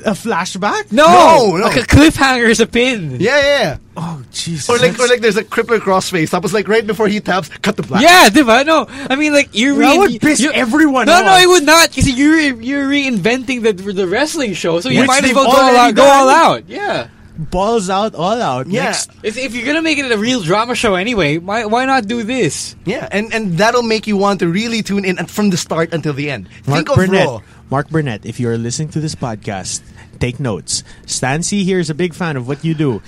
[SPEAKER 4] a flashback?
[SPEAKER 3] No,
[SPEAKER 2] No, no.
[SPEAKER 3] like a cliffhanger is a pin.
[SPEAKER 2] yeah, [laughs] yeah.
[SPEAKER 4] Oh, Jesus.
[SPEAKER 2] Or like, or like, there's a cripple crossface. Tapos like right before he taps, cut the black.
[SPEAKER 3] Yeah, diba? No, I mean like you're
[SPEAKER 4] That
[SPEAKER 3] rein-
[SPEAKER 4] would piss
[SPEAKER 3] you're-
[SPEAKER 4] everyone
[SPEAKER 3] No, no,
[SPEAKER 4] off.
[SPEAKER 3] it would not. Because you're you're reinventing the the wrestling show, so you
[SPEAKER 4] Which
[SPEAKER 3] might as
[SPEAKER 4] they've
[SPEAKER 3] well go all
[SPEAKER 4] already
[SPEAKER 3] out. Go all
[SPEAKER 4] done.
[SPEAKER 3] out. Yeah.
[SPEAKER 4] balls out, all out.
[SPEAKER 2] Yeah.
[SPEAKER 4] Next.
[SPEAKER 3] If, if you're gonna make it a real drama show anyway, why why not do this?
[SPEAKER 2] Yeah, and, and that'll make you want to really tune in and from the start until the end.
[SPEAKER 4] Mark
[SPEAKER 2] Think of
[SPEAKER 4] Burnett.
[SPEAKER 2] Raw.
[SPEAKER 4] Mark Burnett, if you're listening to this podcast, take notes. Stancy here is a big fan of what you do.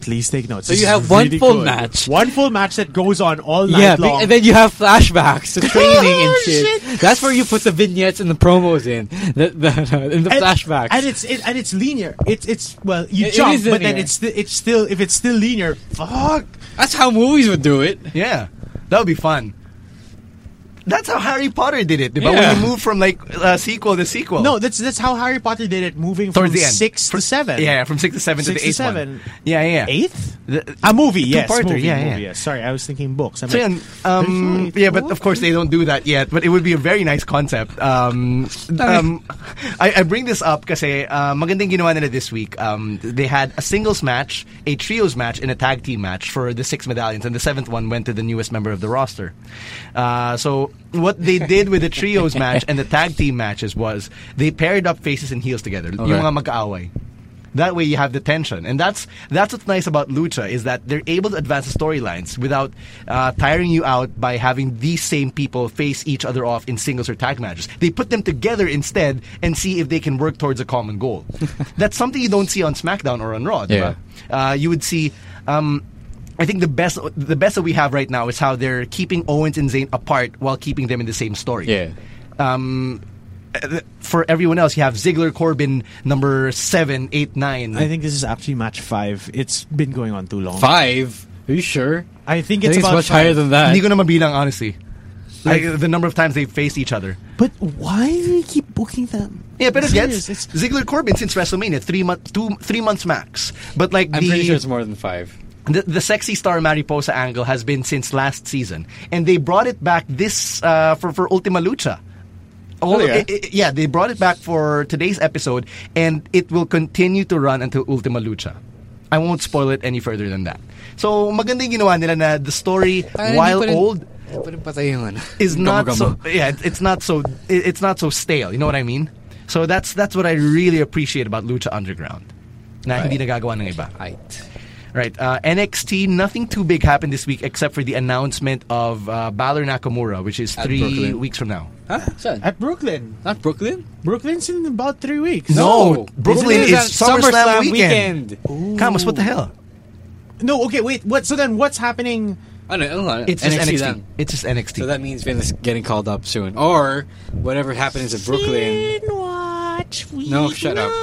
[SPEAKER 4] Please take notes.
[SPEAKER 3] So
[SPEAKER 4] This
[SPEAKER 3] you
[SPEAKER 4] is
[SPEAKER 3] have one
[SPEAKER 4] really
[SPEAKER 3] full
[SPEAKER 4] good.
[SPEAKER 3] match.
[SPEAKER 4] One full match that goes on all night
[SPEAKER 3] yeah, be-
[SPEAKER 4] long.
[SPEAKER 3] and then you have flashbacks,
[SPEAKER 4] [laughs]
[SPEAKER 3] the training and
[SPEAKER 4] Oh,
[SPEAKER 3] shit. That's where you put the vignettes and the promos in, the, the, [laughs] in the
[SPEAKER 4] and,
[SPEAKER 3] flashbacks.
[SPEAKER 4] and it's it, and it's linear. It's it's well, you
[SPEAKER 3] It- it
[SPEAKER 4] jump,
[SPEAKER 3] is
[SPEAKER 4] but then
[SPEAKER 3] linear.
[SPEAKER 4] it's sti- it's still if it's still linear. Fuck.
[SPEAKER 3] That's how movies would do it.
[SPEAKER 2] Yeah. That would be fun. That's how Harry Potter did it, diba?
[SPEAKER 3] Yeah.
[SPEAKER 2] When you move from like uh, sequel to sequel.
[SPEAKER 4] No, that's that's how Harry Potter did it, moving
[SPEAKER 2] towards
[SPEAKER 4] from
[SPEAKER 2] the end,
[SPEAKER 4] six
[SPEAKER 2] Fr-
[SPEAKER 4] to seven.
[SPEAKER 2] Yeah, from six to seven to
[SPEAKER 4] Six
[SPEAKER 2] the
[SPEAKER 4] to
[SPEAKER 2] eighth
[SPEAKER 4] seven.
[SPEAKER 2] one. Yeah, yeah.
[SPEAKER 4] eighth.
[SPEAKER 2] The-
[SPEAKER 4] A movie, yes,
[SPEAKER 2] Two-parter,
[SPEAKER 4] movie,
[SPEAKER 2] yeah, yeah.
[SPEAKER 4] movie, yes. Sorry, I was thinking books. I'm
[SPEAKER 2] So
[SPEAKER 4] like,
[SPEAKER 2] yan, um,
[SPEAKER 4] There's no
[SPEAKER 2] yeah, but of course they don't do that yet. But it would be a very nice concept. Um, um, I, I bring this up kasi uh, magandang ginawa nila this week. Um, they had a singles match, a trios match, and a tag team match for the six medallions, and the seventh one went to the newest member of the roster. Uh, so what
[SPEAKER 4] [laughs]
[SPEAKER 2] they did with the trios match and the tag team matches was they paired up faces and heels together. Yung mga mag-aaway. That way you have the tension, and that's that's what's nice about lucha is that they're able to advance the storylines without uh, tiring you out by having these same people face each other off in singles or tag matches. They put them together instead and see if they can work towards a common goal. that's something you don't see on SmackDown or on Raw. diba? Uh, you would see. Um, I think the best the best that we have right now is how they're keeping Owens and Zayn apart while keeping them in the same story
[SPEAKER 3] Yeah.
[SPEAKER 2] for everyone else, you have Ziggler, Corbin, number seven, eight, nine.
[SPEAKER 4] I think this is actually match five. It's been going on too long.
[SPEAKER 3] Five? Are you sure?
[SPEAKER 4] I think
[SPEAKER 3] I think
[SPEAKER 4] it's
[SPEAKER 3] it's
[SPEAKER 4] about
[SPEAKER 3] much
[SPEAKER 4] five.
[SPEAKER 3] higher than that.
[SPEAKER 2] Hindi ko na mabilang, honestly. Like, the number of times they faced each other.
[SPEAKER 4] But why do we keep booking them?
[SPEAKER 2] Yeah, but it
[SPEAKER 4] I'm
[SPEAKER 2] gets
[SPEAKER 4] serious, it's-
[SPEAKER 2] Ziggler Corbin since WrestleMania three month two three months max. But like
[SPEAKER 3] I'm
[SPEAKER 2] the,
[SPEAKER 3] pretty sure it's more than five.
[SPEAKER 2] the the sexy star Mariposa angle has been since last season, and they brought it back this uh, for for Ultima Lucha. All-
[SPEAKER 3] Oh,
[SPEAKER 2] i-
[SPEAKER 3] yeah.
[SPEAKER 2] i- yeah, they brought it back for today's episode, and it will continue to run until Ultima Lucha. I won't spoil it any further than that. So maganda yung ginawa nila na the story while old is not so yeah it- it's not so it- it's not so stale you know what i mean so that's that's what i really appreciate about lucha underground na hindi nagagawa ng iba right uh, nxt nothing too big happened this week except for the announcement of uh, Balor Nakamura which is
[SPEAKER 3] At
[SPEAKER 2] 3
[SPEAKER 3] Brooklyn.
[SPEAKER 2] weeks from now
[SPEAKER 3] Huh? Saan?
[SPEAKER 4] at Brooklyn.
[SPEAKER 3] Not Brooklyn?
[SPEAKER 4] Brooklyn's in about three weeks.
[SPEAKER 2] No, Brooklyn
[SPEAKER 3] Isn't it
[SPEAKER 2] is SummerSlam weekend.
[SPEAKER 3] weekend.
[SPEAKER 2] Camus what the hell
[SPEAKER 4] no. Okay, wait. What? So then, what's happening?
[SPEAKER 3] Ano, ano, ano,
[SPEAKER 2] it's
[SPEAKER 3] NXT
[SPEAKER 2] just NXT
[SPEAKER 3] lang.
[SPEAKER 2] it's just NXT
[SPEAKER 3] So that means Vince is getting called up soon. Or whatever happens in Brooklyn.
[SPEAKER 4] Watch.
[SPEAKER 3] No, shut up. [laughs]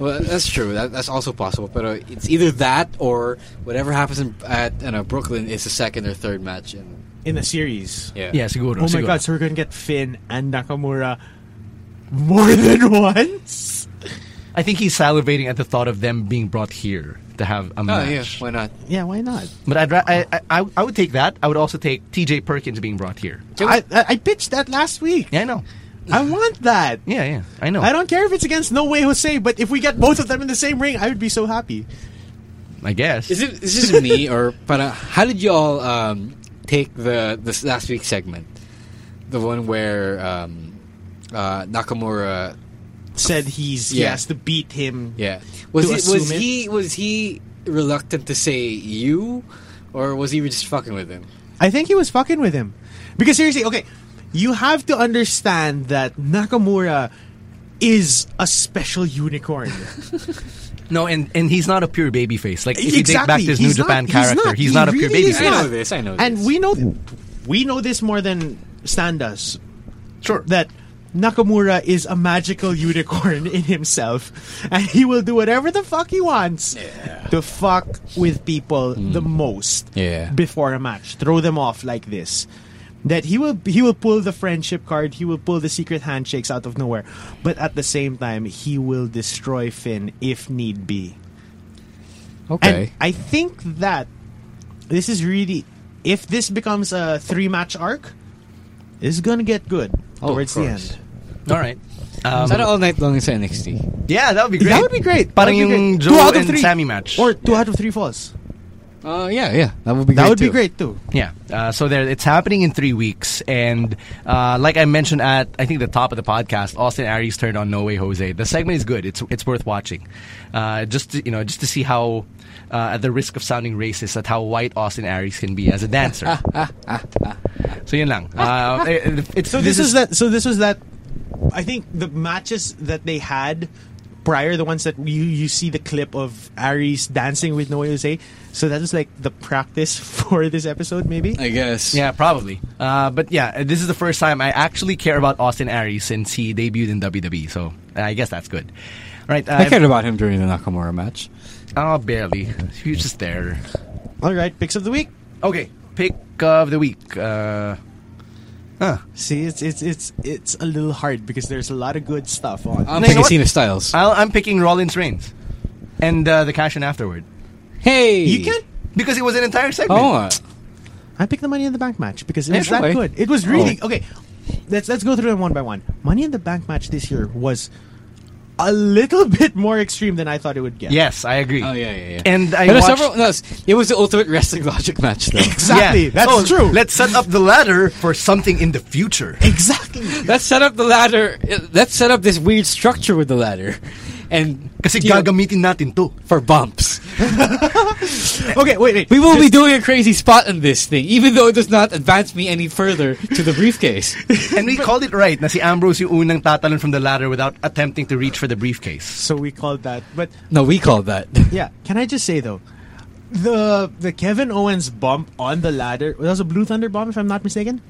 [SPEAKER 3] Well, that's true. That, that's also possible. But uh, it's either that or whatever happens in, at you know, Brooklyn is the second or third match. And,
[SPEAKER 4] In the series.
[SPEAKER 3] yeah.
[SPEAKER 2] yeah siguro
[SPEAKER 4] Oh my
[SPEAKER 2] siguro.
[SPEAKER 4] god! So we're gonna get Finn and Nakamura more [laughs] than once.
[SPEAKER 2] i think he's salivating at the thought of them being brought here to have a
[SPEAKER 3] Oh,
[SPEAKER 2] match
[SPEAKER 3] yeah. Why not?
[SPEAKER 4] Yeah, why not?
[SPEAKER 2] But I'd ra- I, I- I I would take that. I would also take T.J. Perkins being brought here.
[SPEAKER 4] I, I I pitched that last week.
[SPEAKER 2] Yeah, I know.
[SPEAKER 4] I want that.
[SPEAKER 2] Yeah, yeah, I know.
[SPEAKER 4] I don't care if it's against No Way Jose, but if we get both of them in the same ring, I would be so happy.
[SPEAKER 2] I guess.
[SPEAKER 3] Is it is this me or para how did you all um, take the this last week's segment? The one where um, uh, Nakamura
[SPEAKER 4] Said he's
[SPEAKER 3] Yeah.
[SPEAKER 4] he has to beat him.
[SPEAKER 3] yeah. Was
[SPEAKER 4] To
[SPEAKER 3] it, was
[SPEAKER 4] assume it?
[SPEAKER 3] he was he reluctant to say you or was he just fucking with him?
[SPEAKER 4] I think he was fucking with him. Because seriously, okay, you have to understand that Nakamura is a special unicorn.
[SPEAKER 2] No, and and he's not a pure baby face. Like if you take back this New
[SPEAKER 4] He's not-
[SPEAKER 2] Japan
[SPEAKER 4] he's
[SPEAKER 2] character,
[SPEAKER 4] not.
[SPEAKER 2] he's
[SPEAKER 4] He
[SPEAKER 2] not a pure
[SPEAKER 4] really
[SPEAKER 2] baby
[SPEAKER 4] is
[SPEAKER 3] I
[SPEAKER 2] face.
[SPEAKER 4] not.
[SPEAKER 3] know this, I know
[SPEAKER 4] and
[SPEAKER 3] this.
[SPEAKER 4] we know we know this more than Stan does.
[SPEAKER 2] Sure.
[SPEAKER 4] that Nakamura is a magical unicorn in himself, and he will do whatever the fuck he wants to fuck with people the most
[SPEAKER 3] Mm. Yeah.
[SPEAKER 4] before a match. Throw them off like this. That he will he will pull the friendship card, he will pull the secret handshakes out of nowhere, but at the same time he will destroy Finn if need be. And I think that this is really if this becomes a three match arc, it's gonna get good
[SPEAKER 3] of
[SPEAKER 4] towards the
[SPEAKER 3] course.
[SPEAKER 4] end.
[SPEAKER 2] All right. Um,
[SPEAKER 3] Sana all night long sa NXT.
[SPEAKER 2] yeah, that would be great.
[SPEAKER 4] That would be great.
[SPEAKER 2] Parang
[SPEAKER 4] That would be
[SPEAKER 2] yung
[SPEAKER 4] great.
[SPEAKER 2] Joe and Sammy match.
[SPEAKER 4] Or two out of three falls.
[SPEAKER 3] Uh, yeah, yeah. That would be
[SPEAKER 4] That
[SPEAKER 3] great
[SPEAKER 4] would be
[SPEAKER 3] too.
[SPEAKER 4] great too.
[SPEAKER 2] Yeah. Uh, so there, it's happening in three weeks, and uh, like I mentioned at I think the top of the podcast, Austin Aries turned on No Way Jose. The segment is good. It's it's worth watching. Uh, just to, you know, just to see how, uh, at the risk of sounding racist, at how white Austin Aries can be as a
[SPEAKER 4] [laughs]
[SPEAKER 2] dancer. so yun lang. Uh, eh, it's,
[SPEAKER 4] So this, is, that. So this was that. I think the matches that they had prior, the ones that you you see the clip of Aries dancing with Noah Jose. So that was like the practice [laughs] for this episode, maybe.
[SPEAKER 3] I guess.
[SPEAKER 2] Yeah, probably. Uh, but yeah, this is the first time I actually care about Austin Aries since he debuted in WWE. So uh, I guess that's good. All right. Uh,
[SPEAKER 3] I cared about him during the Nakamura match.
[SPEAKER 2] Oh, barely. He was just there.
[SPEAKER 4] All right, picks of the week.
[SPEAKER 2] Okay, pick of the week. Uh,
[SPEAKER 4] See, it's it's it's it's a little hard because there's a lot of good stuff on.
[SPEAKER 3] I'm
[SPEAKER 2] No, you know
[SPEAKER 3] picking
[SPEAKER 2] what? Uh,
[SPEAKER 3] Cena Styles.
[SPEAKER 2] I'll, I'm picking Rollins Reigns and uh, the cash in afterward
[SPEAKER 3] hey,
[SPEAKER 4] you can.
[SPEAKER 2] because it was an entire segment.
[SPEAKER 3] Oh, uh,
[SPEAKER 4] I picked the Money in the Bank match because it was
[SPEAKER 3] Yeah, sure,
[SPEAKER 4] that
[SPEAKER 3] why?
[SPEAKER 4] good. It was really okay. Let's let's go through them one by one. Money in the Bank match this year was a little [laughs] bit more extreme than I thought it would get.
[SPEAKER 2] Yes, I agree.
[SPEAKER 3] oh yeah, yeah, yeah.
[SPEAKER 2] And I
[SPEAKER 3] There were
[SPEAKER 2] watched-
[SPEAKER 3] several. No, it's- it was the ultimate wrestling logic match, though.
[SPEAKER 4] exactly.
[SPEAKER 2] Yeah.
[SPEAKER 4] That's
[SPEAKER 2] So,
[SPEAKER 4] true.
[SPEAKER 2] Let's set up the ladder for something in the future.
[SPEAKER 4] exactly.
[SPEAKER 3] let's set up the ladder. Let's set up this weird structure with the ladder, and
[SPEAKER 2] Kasi
[SPEAKER 3] you know,
[SPEAKER 2] gagamitin natin to.
[SPEAKER 3] for bumps.
[SPEAKER 4] Okay, wait, wait.
[SPEAKER 3] We will be doing a crazy spot on this thing, even though it does not advance me any further to
[SPEAKER 2] [laughs]
[SPEAKER 3] the briefcase.
[SPEAKER 2] And we called it right na si Ambrose yung unang tatalon from the ladder without attempting to reach for the briefcase.
[SPEAKER 4] So we called that, but
[SPEAKER 3] No, we called that. [laughs]
[SPEAKER 4] yeah. Can I just say though, the the Kevin Owens bump on the ladder that was a Blue Thunder bomb, if I'm not mistaken.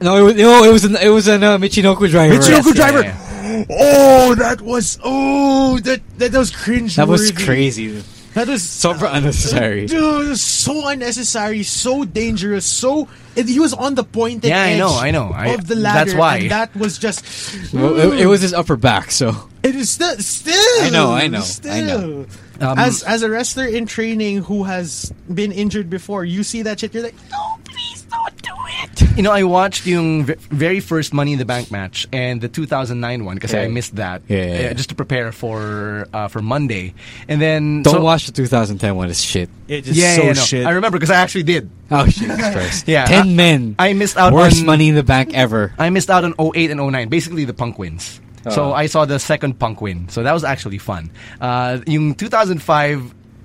[SPEAKER 3] No, it was, no, it was an, it was an uh, Michinoku driver.
[SPEAKER 4] Michinoku
[SPEAKER 3] Yes,
[SPEAKER 4] driver.
[SPEAKER 3] yeah, yeah.
[SPEAKER 4] Oh, that was oh that that, was cringe.
[SPEAKER 3] That was crazy.
[SPEAKER 4] That was
[SPEAKER 2] [laughs]
[SPEAKER 3] So [laughs] unnecessary.
[SPEAKER 4] Dude, it was so unnecessary, so dangerous, so and he was on the pointed
[SPEAKER 2] Yeah, I
[SPEAKER 4] edge
[SPEAKER 2] know, I know. I-
[SPEAKER 4] of the
[SPEAKER 2] that's
[SPEAKER 4] ladder.
[SPEAKER 2] why.
[SPEAKER 4] and that was just.
[SPEAKER 3] Well, it, it was his upper back, so
[SPEAKER 4] It is still, still.
[SPEAKER 3] I know, I know, I
[SPEAKER 4] still.
[SPEAKER 3] know.
[SPEAKER 2] Um,
[SPEAKER 4] as as a wrestler in training who has been injured before, you see that shit, you're like, no, please don't do it.
[SPEAKER 2] You know, I watched yung v- very first Money in the Bank match and the 2009 one because I
[SPEAKER 3] Yeah.
[SPEAKER 2] missed that
[SPEAKER 3] Yeah, yeah,
[SPEAKER 2] uh,
[SPEAKER 3] yeah.
[SPEAKER 2] just to prepare for uh, for Monday. And then
[SPEAKER 3] don't
[SPEAKER 2] so-
[SPEAKER 3] watch the 2010 one. It's shit.
[SPEAKER 4] It is
[SPEAKER 2] Yeah,
[SPEAKER 4] so
[SPEAKER 2] yeah, no.
[SPEAKER 4] shit.
[SPEAKER 2] I remember because I actually did.
[SPEAKER 3] Oh,
[SPEAKER 2] [laughs]
[SPEAKER 3] Jesus Christ.
[SPEAKER 2] Yeah,
[SPEAKER 3] Ten
[SPEAKER 2] I-
[SPEAKER 3] men.
[SPEAKER 2] I missed out
[SPEAKER 3] Worst
[SPEAKER 2] on-
[SPEAKER 3] money in the bank ever.
[SPEAKER 2] I missed out on 08 and 09, basically the punk wins. So
[SPEAKER 3] Oh.
[SPEAKER 2] I saw the second punk win. So that was actually fun. Uh, yung 2005,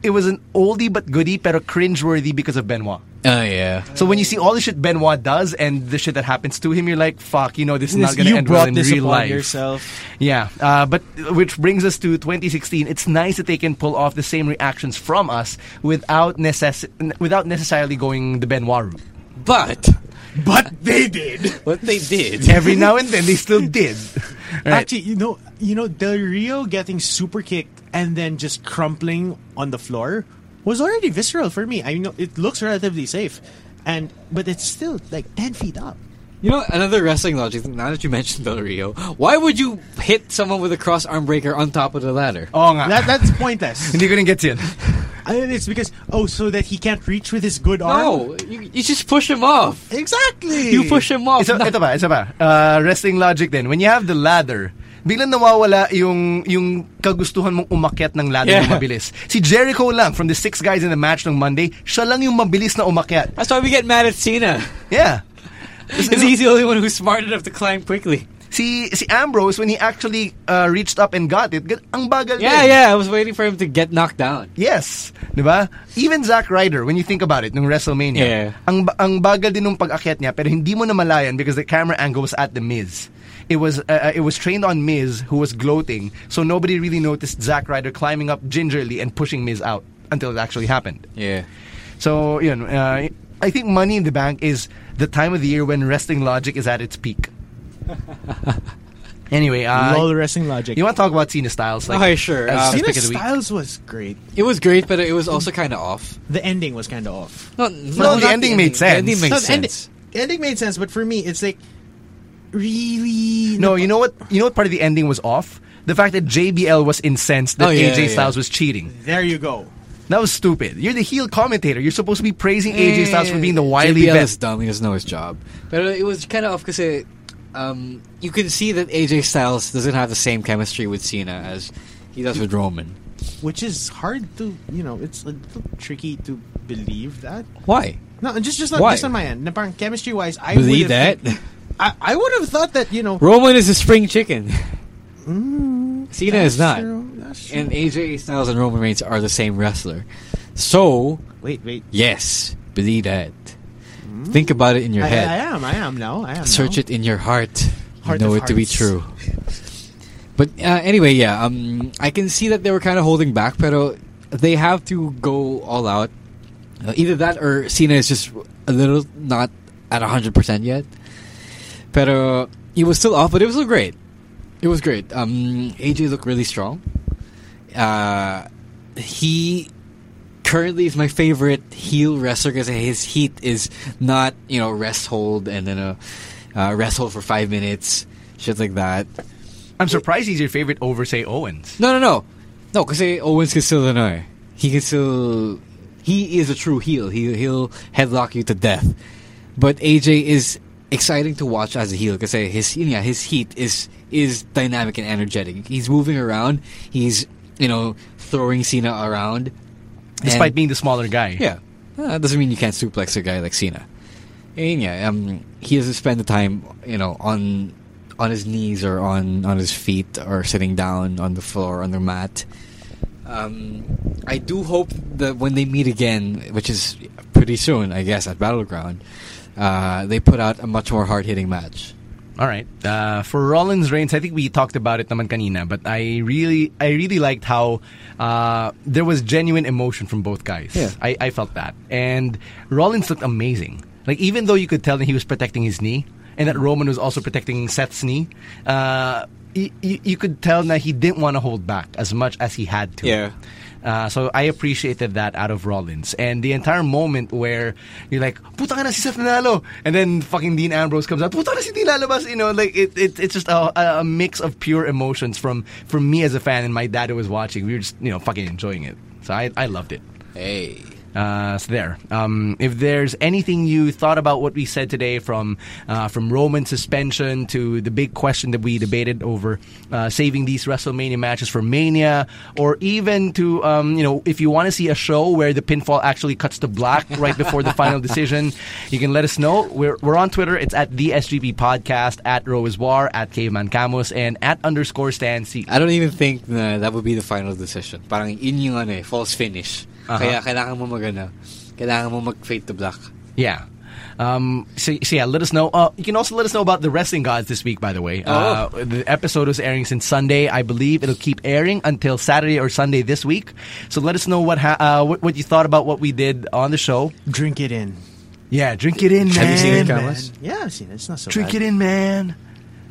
[SPEAKER 2] it was an oldie but goodie, pero cringeworthy because of Benoit.
[SPEAKER 3] Oh, yeah.
[SPEAKER 2] So when you see all the shit Benoit does and the shit that happens to him, you're like, fuck, you know, this is not
[SPEAKER 4] This-
[SPEAKER 2] going
[SPEAKER 4] you
[SPEAKER 2] to end
[SPEAKER 4] brought
[SPEAKER 2] well in
[SPEAKER 4] this
[SPEAKER 2] real
[SPEAKER 4] upon
[SPEAKER 2] life.
[SPEAKER 4] yourself.
[SPEAKER 2] Yeah, uh, but which brings us to 2016. It's nice that they can pull off the same reactions from us without necess- without necessarily going the Benoit route.
[SPEAKER 3] But
[SPEAKER 4] But they did.
[SPEAKER 3] what they [laughs] did.
[SPEAKER 4] [laughs]
[SPEAKER 2] Every now and then, they still did. Right.
[SPEAKER 4] Actually, you know, you know, Del Rio getting super kicked and then just crumpling on the floor was already visceral for me. I know it looks relatively safe, and but it's still like ten feet up.
[SPEAKER 3] You know, another wrestling logic, now that you mentioned Del Rio, why would you hit someone with a cross arm breaker on top of the ladder?
[SPEAKER 2] Oo nga.
[SPEAKER 4] That,
[SPEAKER 2] [laughs]
[SPEAKER 4] that's pointless.
[SPEAKER 2] Hindi ko rin gets yun.
[SPEAKER 4] I mean, it's because oh, so that he can't reach with his good arm.
[SPEAKER 3] No, you, you just push him off.
[SPEAKER 4] exactly.
[SPEAKER 3] You push him off.
[SPEAKER 2] Isa,
[SPEAKER 3] Oh, No.
[SPEAKER 2] ito pa, isa pa. Uh, wrestling logic din. When you have the ladder, biglang nawawala yung, yung kagustuhan mong umakyat ng ladder
[SPEAKER 3] Yeah.
[SPEAKER 2] na mabilis. Si Jericho lang, from the six guys in the match ng Monday, siya lang yung mabilis na umakyat.
[SPEAKER 3] That's why we get mad at
[SPEAKER 2] [laughs]
[SPEAKER 3] Cena. [laughs]
[SPEAKER 2] Yeah.
[SPEAKER 3] Because he's the only one who's smart enough to climb quickly.
[SPEAKER 2] Si, si Ambrose, when he actually uh, reached up and got it, g- ang bagal
[SPEAKER 3] Yeah,
[SPEAKER 2] din.
[SPEAKER 3] yeah, I was waiting for him to get knocked down.
[SPEAKER 2] Yes, 'di ba? Even Zack Ryder when you think about it nung WrestleMania,
[SPEAKER 3] Yeah.
[SPEAKER 2] ang ba- ang bagal din nung pag-akyat niya pero hindi mo namalayan because the camera angle was at the Miz. It was uh, it was trained on Miz who was gloating, so nobody really noticed Zack Ryder climbing up gingerly and pushing Miz out until it actually happened.
[SPEAKER 3] Yeah.
[SPEAKER 2] So, yun, uh, I think Money in the Bank is the time of the year when wrestling logic is at its peak. [laughs] anyway, uh,
[SPEAKER 4] Lol wrestling logic.
[SPEAKER 2] you want to talk about Cena Styles?
[SPEAKER 3] Okay, sure.
[SPEAKER 2] as
[SPEAKER 3] Um,
[SPEAKER 2] pick of
[SPEAKER 4] Cena
[SPEAKER 2] the week?
[SPEAKER 4] Styles was great.
[SPEAKER 3] It was great, but it was also kind of off.
[SPEAKER 4] The ending was kind of off.
[SPEAKER 3] No,
[SPEAKER 2] the ending made sense.
[SPEAKER 3] The ending
[SPEAKER 2] No,
[SPEAKER 3] makes
[SPEAKER 4] the ending,
[SPEAKER 3] sense.
[SPEAKER 4] the ending made sense, but for me, it's like really
[SPEAKER 2] No, you know what? You know what part of the ending was off? The fact that JBL was incensed that
[SPEAKER 3] Oh, yeah,
[SPEAKER 2] AJ
[SPEAKER 3] yeah.
[SPEAKER 2] Styles was cheating.
[SPEAKER 4] There you go.
[SPEAKER 2] That was stupid. You're the heel commentator. You're supposed to be praising AJ Styles for being the wily
[SPEAKER 3] JBL is
[SPEAKER 2] best.
[SPEAKER 3] dumb. He doesn't know his job. But it was kind of off because um, you can see that AJ Styles doesn't have the same chemistry with Cena as he does with Roman.
[SPEAKER 4] which is hard to you know it's a little tricky to believe that
[SPEAKER 3] Why?
[SPEAKER 4] no just just, not,
[SPEAKER 3] Why?
[SPEAKER 4] just on my end na parang chemistry wise I
[SPEAKER 3] Believe
[SPEAKER 4] would have
[SPEAKER 3] that?
[SPEAKER 4] thi- I, I would have thought that you
[SPEAKER 3] [laughs]
[SPEAKER 4] know
[SPEAKER 3] Roman is a spring chicken. Cena is not.
[SPEAKER 4] True, Mm, that's true.
[SPEAKER 3] And AJ Styles and Roman Reigns are the same wrestler. So,
[SPEAKER 4] wait wait
[SPEAKER 3] yes, believe that.
[SPEAKER 4] Mm.
[SPEAKER 3] Think about it in your
[SPEAKER 4] I, I
[SPEAKER 3] head.
[SPEAKER 4] am I am now I am
[SPEAKER 3] Search
[SPEAKER 4] now.
[SPEAKER 3] it in your heart.
[SPEAKER 4] Heart
[SPEAKER 3] you know
[SPEAKER 4] of
[SPEAKER 3] it to be
[SPEAKER 4] hearts.
[SPEAKER 3] true. But uh, anyway, yeah, um, I can see that they were kind of holding back, pero they have to go all out. Uh, either that or Cena is just a little not at 100% yet. Pero it was still off, but it was still great. It was great. Um, AJ looked really strong. Uh, he currently is my favorite heel wrestler because his heat is not you know rest hold and then a uh, rest hold for five minutes, shit like that.
[SPEAKER 2] I'm surprised he's your favorite over, say, Owens.
[SPEAKER 3] No, no, no, no. Because Owens can still deny. He can still. He is a true heel. He he'll headlock you to death. But AJ is exciting to watch as a heel because his yeah his heat is is dynamic and energetic. He's moving around. He's you know throwing Cena around.
[SPEAKER 2] Despite
[SPEAKER 3] And-
[SPEAKER 2] being the smaller guy.
[SPEAKER 3] yeah, Uh, that doesn't mean you can't suplex a guy like Cena. And yeah, um, he doesn't spend the time, you know, on on his knees or on on his feet or sitting down on the floor on the mat. Um, I do hope that when they meet again, which is pretty soon, I guess, at Battleground, uh, they put out a much more hard hitting match.
[SPEAKER 2] All right. Uh, for Rollins Reigns, I think we talked about it naman kanina, but I really, I really liked how uh, there was genuine emotion from both guys.
[SPEAKER 3] Yeah.
[SPEAKER 2] I, I felt that, and Rollins looked amazing. Like even though you could tell that he was protecting his knee, and that Roman was also protecting Seth's knee, uh, y- y- you could tell that he didn't want to hold back as much as he had to.
[SPEAKER 3] Yeah.
[SPEAKER 2] Uh, so I appreciated that out of Rollins. And the entire moment where you're like, puta ka na si Seth Nanalo. And then fucking Dean Ambrose comes out, puta ka na si Dean Lalabas. You know, like it, it, it's just a, a mix of pure emotions from, from me as a fan and my dad who was watching. We were just, you know, fucking enjoying it. So I, I loved it.
[SPEAKER 3] Hey,
[SPEAKER 2] Uh, so there. Um, if there's anything you thought about what we said today, from uh, from Roman suspension to the big question that we debated over uh, saving these WrestleMania matches for Mania, or even to um, you know if you want to see a show where the pinfall actually cuts to black right before the final [laughs] decision, you can let us know. We're, we're on Twitter. It's at the SGP Podcast, at Roaz War, at Caveman Camus, and at underscore Stan C.
[SPEAKER 3] I don't even think na that would be the final decision. Parang yun yung ano eh, false finish.
[SPEAKER 2] Aha.
[SPEAKER 3] Kaya kailangan mo magana. Kailangan mo mag fade to black.
[SPEAKER 2] Yeah. Um, so, so yeah, let us know. Uh, you can also let us know about the wrestling gods this week. By the way, uh, the episode is airing since Sunday, I believe. It'll keep airing until Saturday or Sunday this week. So let us know what ha- uh, what, what you thought about what we did on the show.
[SPEAKER 4] Drink it in.
[SPEAKER 2] Yeah, drink it in, man.
[SPEAKER 3] Have you seen it,
[SPEAKER 2] man.
[SPEAKER 3] Kamas?
[SPEAKER 4] Yeah, I've seen it. It's not so
[SPEAKER 2] Drink
[SPEAKER 4] bad.
[SPEAKER 2] it in, man.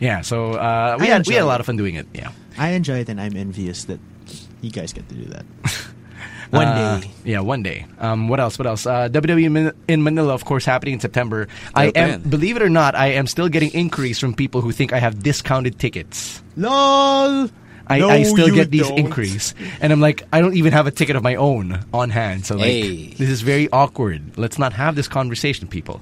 [SPEAKER 2] Yeah. So uh, we
[SPEAKER 4] I
[SPEAKER 2] had we had a
[SPEAKER 4] enjoy
[SPEAKER 2] lot
[SPEAKER 4] it.
[SPEAKER 2] of fun doing it. Yeah.
[SPEAKER 4] I enjoy it, and I'm envious that you guys get to do
[SPEAKER 3] [laughs]
[SPEAKER 4] that. One
[SPEAKER 2] Uh,
[SPEAKER 4] day.
[SPEAKER 2] Yeah, one day. Um, what else? What else? Uh, WWE Min- in Manila, of course, happening in September. I am,
[SPEAKER 3] man.
[SPEAKER 2] believe it or not, I am still getting inquiries from people who think I have discounted tickets.
[SPEAKER 4] LOL!
[SPEAKER 2] I,
[SPEAKER 4] No,
[SPEAKER 2] I still
[SPEAKER 4] you
[SPEAKER 2] get these
[SPEAKER 4] don't.
[SPEAKER 2] inquiries, and I'm like, I don't even have a ticket of my own on hand. So like,
[SPEAKER 3] Hey.
[SPEAKER 2] this is very awkward. Let's not have this conversation, people.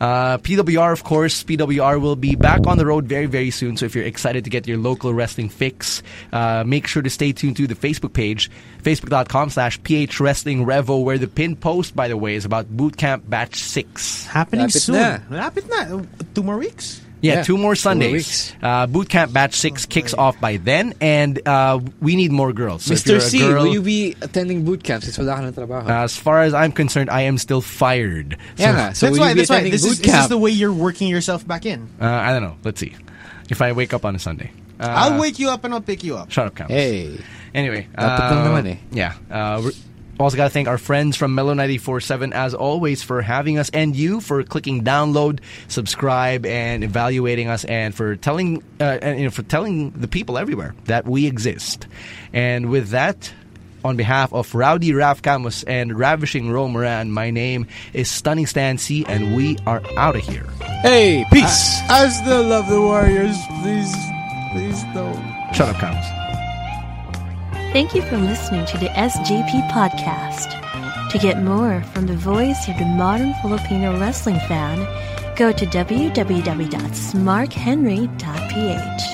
[SPEAKER 2] Uh, PWR, of course, PWR will be back on the road very, very soon. So if you're excited to get your local wrestling fix, uh, make sure to stay tuned to the Facebook page, facebook.com slash PH Wrestling Revo, where the pinned post, by the way, is about Boot Camp Batch 6.
[SPEAKER 4] Happening
[SPEAKER 3] Lapit
[SPEAKER 4] soon.
[SPEAKER 3] na.
[SPEAKER 4] Lapit na. Two more weeks.
[SPEAKER 2] Yeah,
[SPEAKER 3] Yeah.
[SPEAKER 2] two more Sundays.
[SPEAKER 3] weeks.
[SPEAKER 2] uh, boot Camp Batch 6 kicks off by then, and uh, we need more girls. So if you're
[SPEAKER 3] Mr.
[SPEAKER 2] a
[SPEAKER 3] C,
[SPEAKER 2] girl-
[SPEAKER 3] will you be attending boot camp since wala ka ng trabaho?
[SPEAKER 2] Uh, As far as I'm concerned, I am still fired. So,
[SPEAKER 3] yeah, nga. so
[SPEAKER 4] that's
[SPEAKER 3] will
[SPEAKER 4] why.
[SPEAKER 3] you be
[SPEAKER 4] That's why.
[SPEAKER 3] attending
[SPEAKER 4] This is,
[SPEAKER 3] boot
[SPEAKER 4] this is
[SPEAKER 3] camp?
[SPEAKER 4] the way you're working yourself back in.
[SPEAKER 2] uh, I don't know. Let's see. If I wake up on a Sunday. Uh,
[SPEAKER 4] I'll wake you up and I'll pick you up.
[SPEAKER 2] Shut up, Camus.
[SPEAKER 3] Hey.
[SPEAKER 2] Anyway.
[SPEAKER 3] Dapat lang naman eh.
[SPEAKER 2] Yeah. Uh, we're- also got to thank our friends from Mellow 94.7 as always for having us and you for clicking download, subscribe, and evaluating us and for telling uh, and, you know, for telling the people everywhere that we exist. And with that, on behalf of Rowdy Raf Camus and Ravishing Ro Moran, my name is Stunning Stan C, and we are out of here.
[SPEAKER 3] Hey, peace.
[SPEAKER 4] I still love the Warriors. Please, please don't.
[SPEAKER 2] Shut up, Camus.
[SPEAKER 1] Thank you for listening to the SGP Podcast. To get more from the voice of the modern Filipino wrestling fan, go to www.smarkhenry.ph.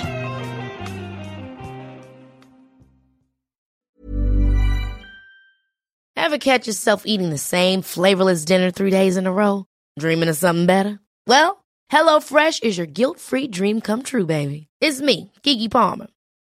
[SPEAKER 5] Ever catch yourself eating the same flavorless dinner three days in a row? Dreaming of something better? Well, HelloFresh is your guilt free dream come true, baby. It's me, Kiki Palmer.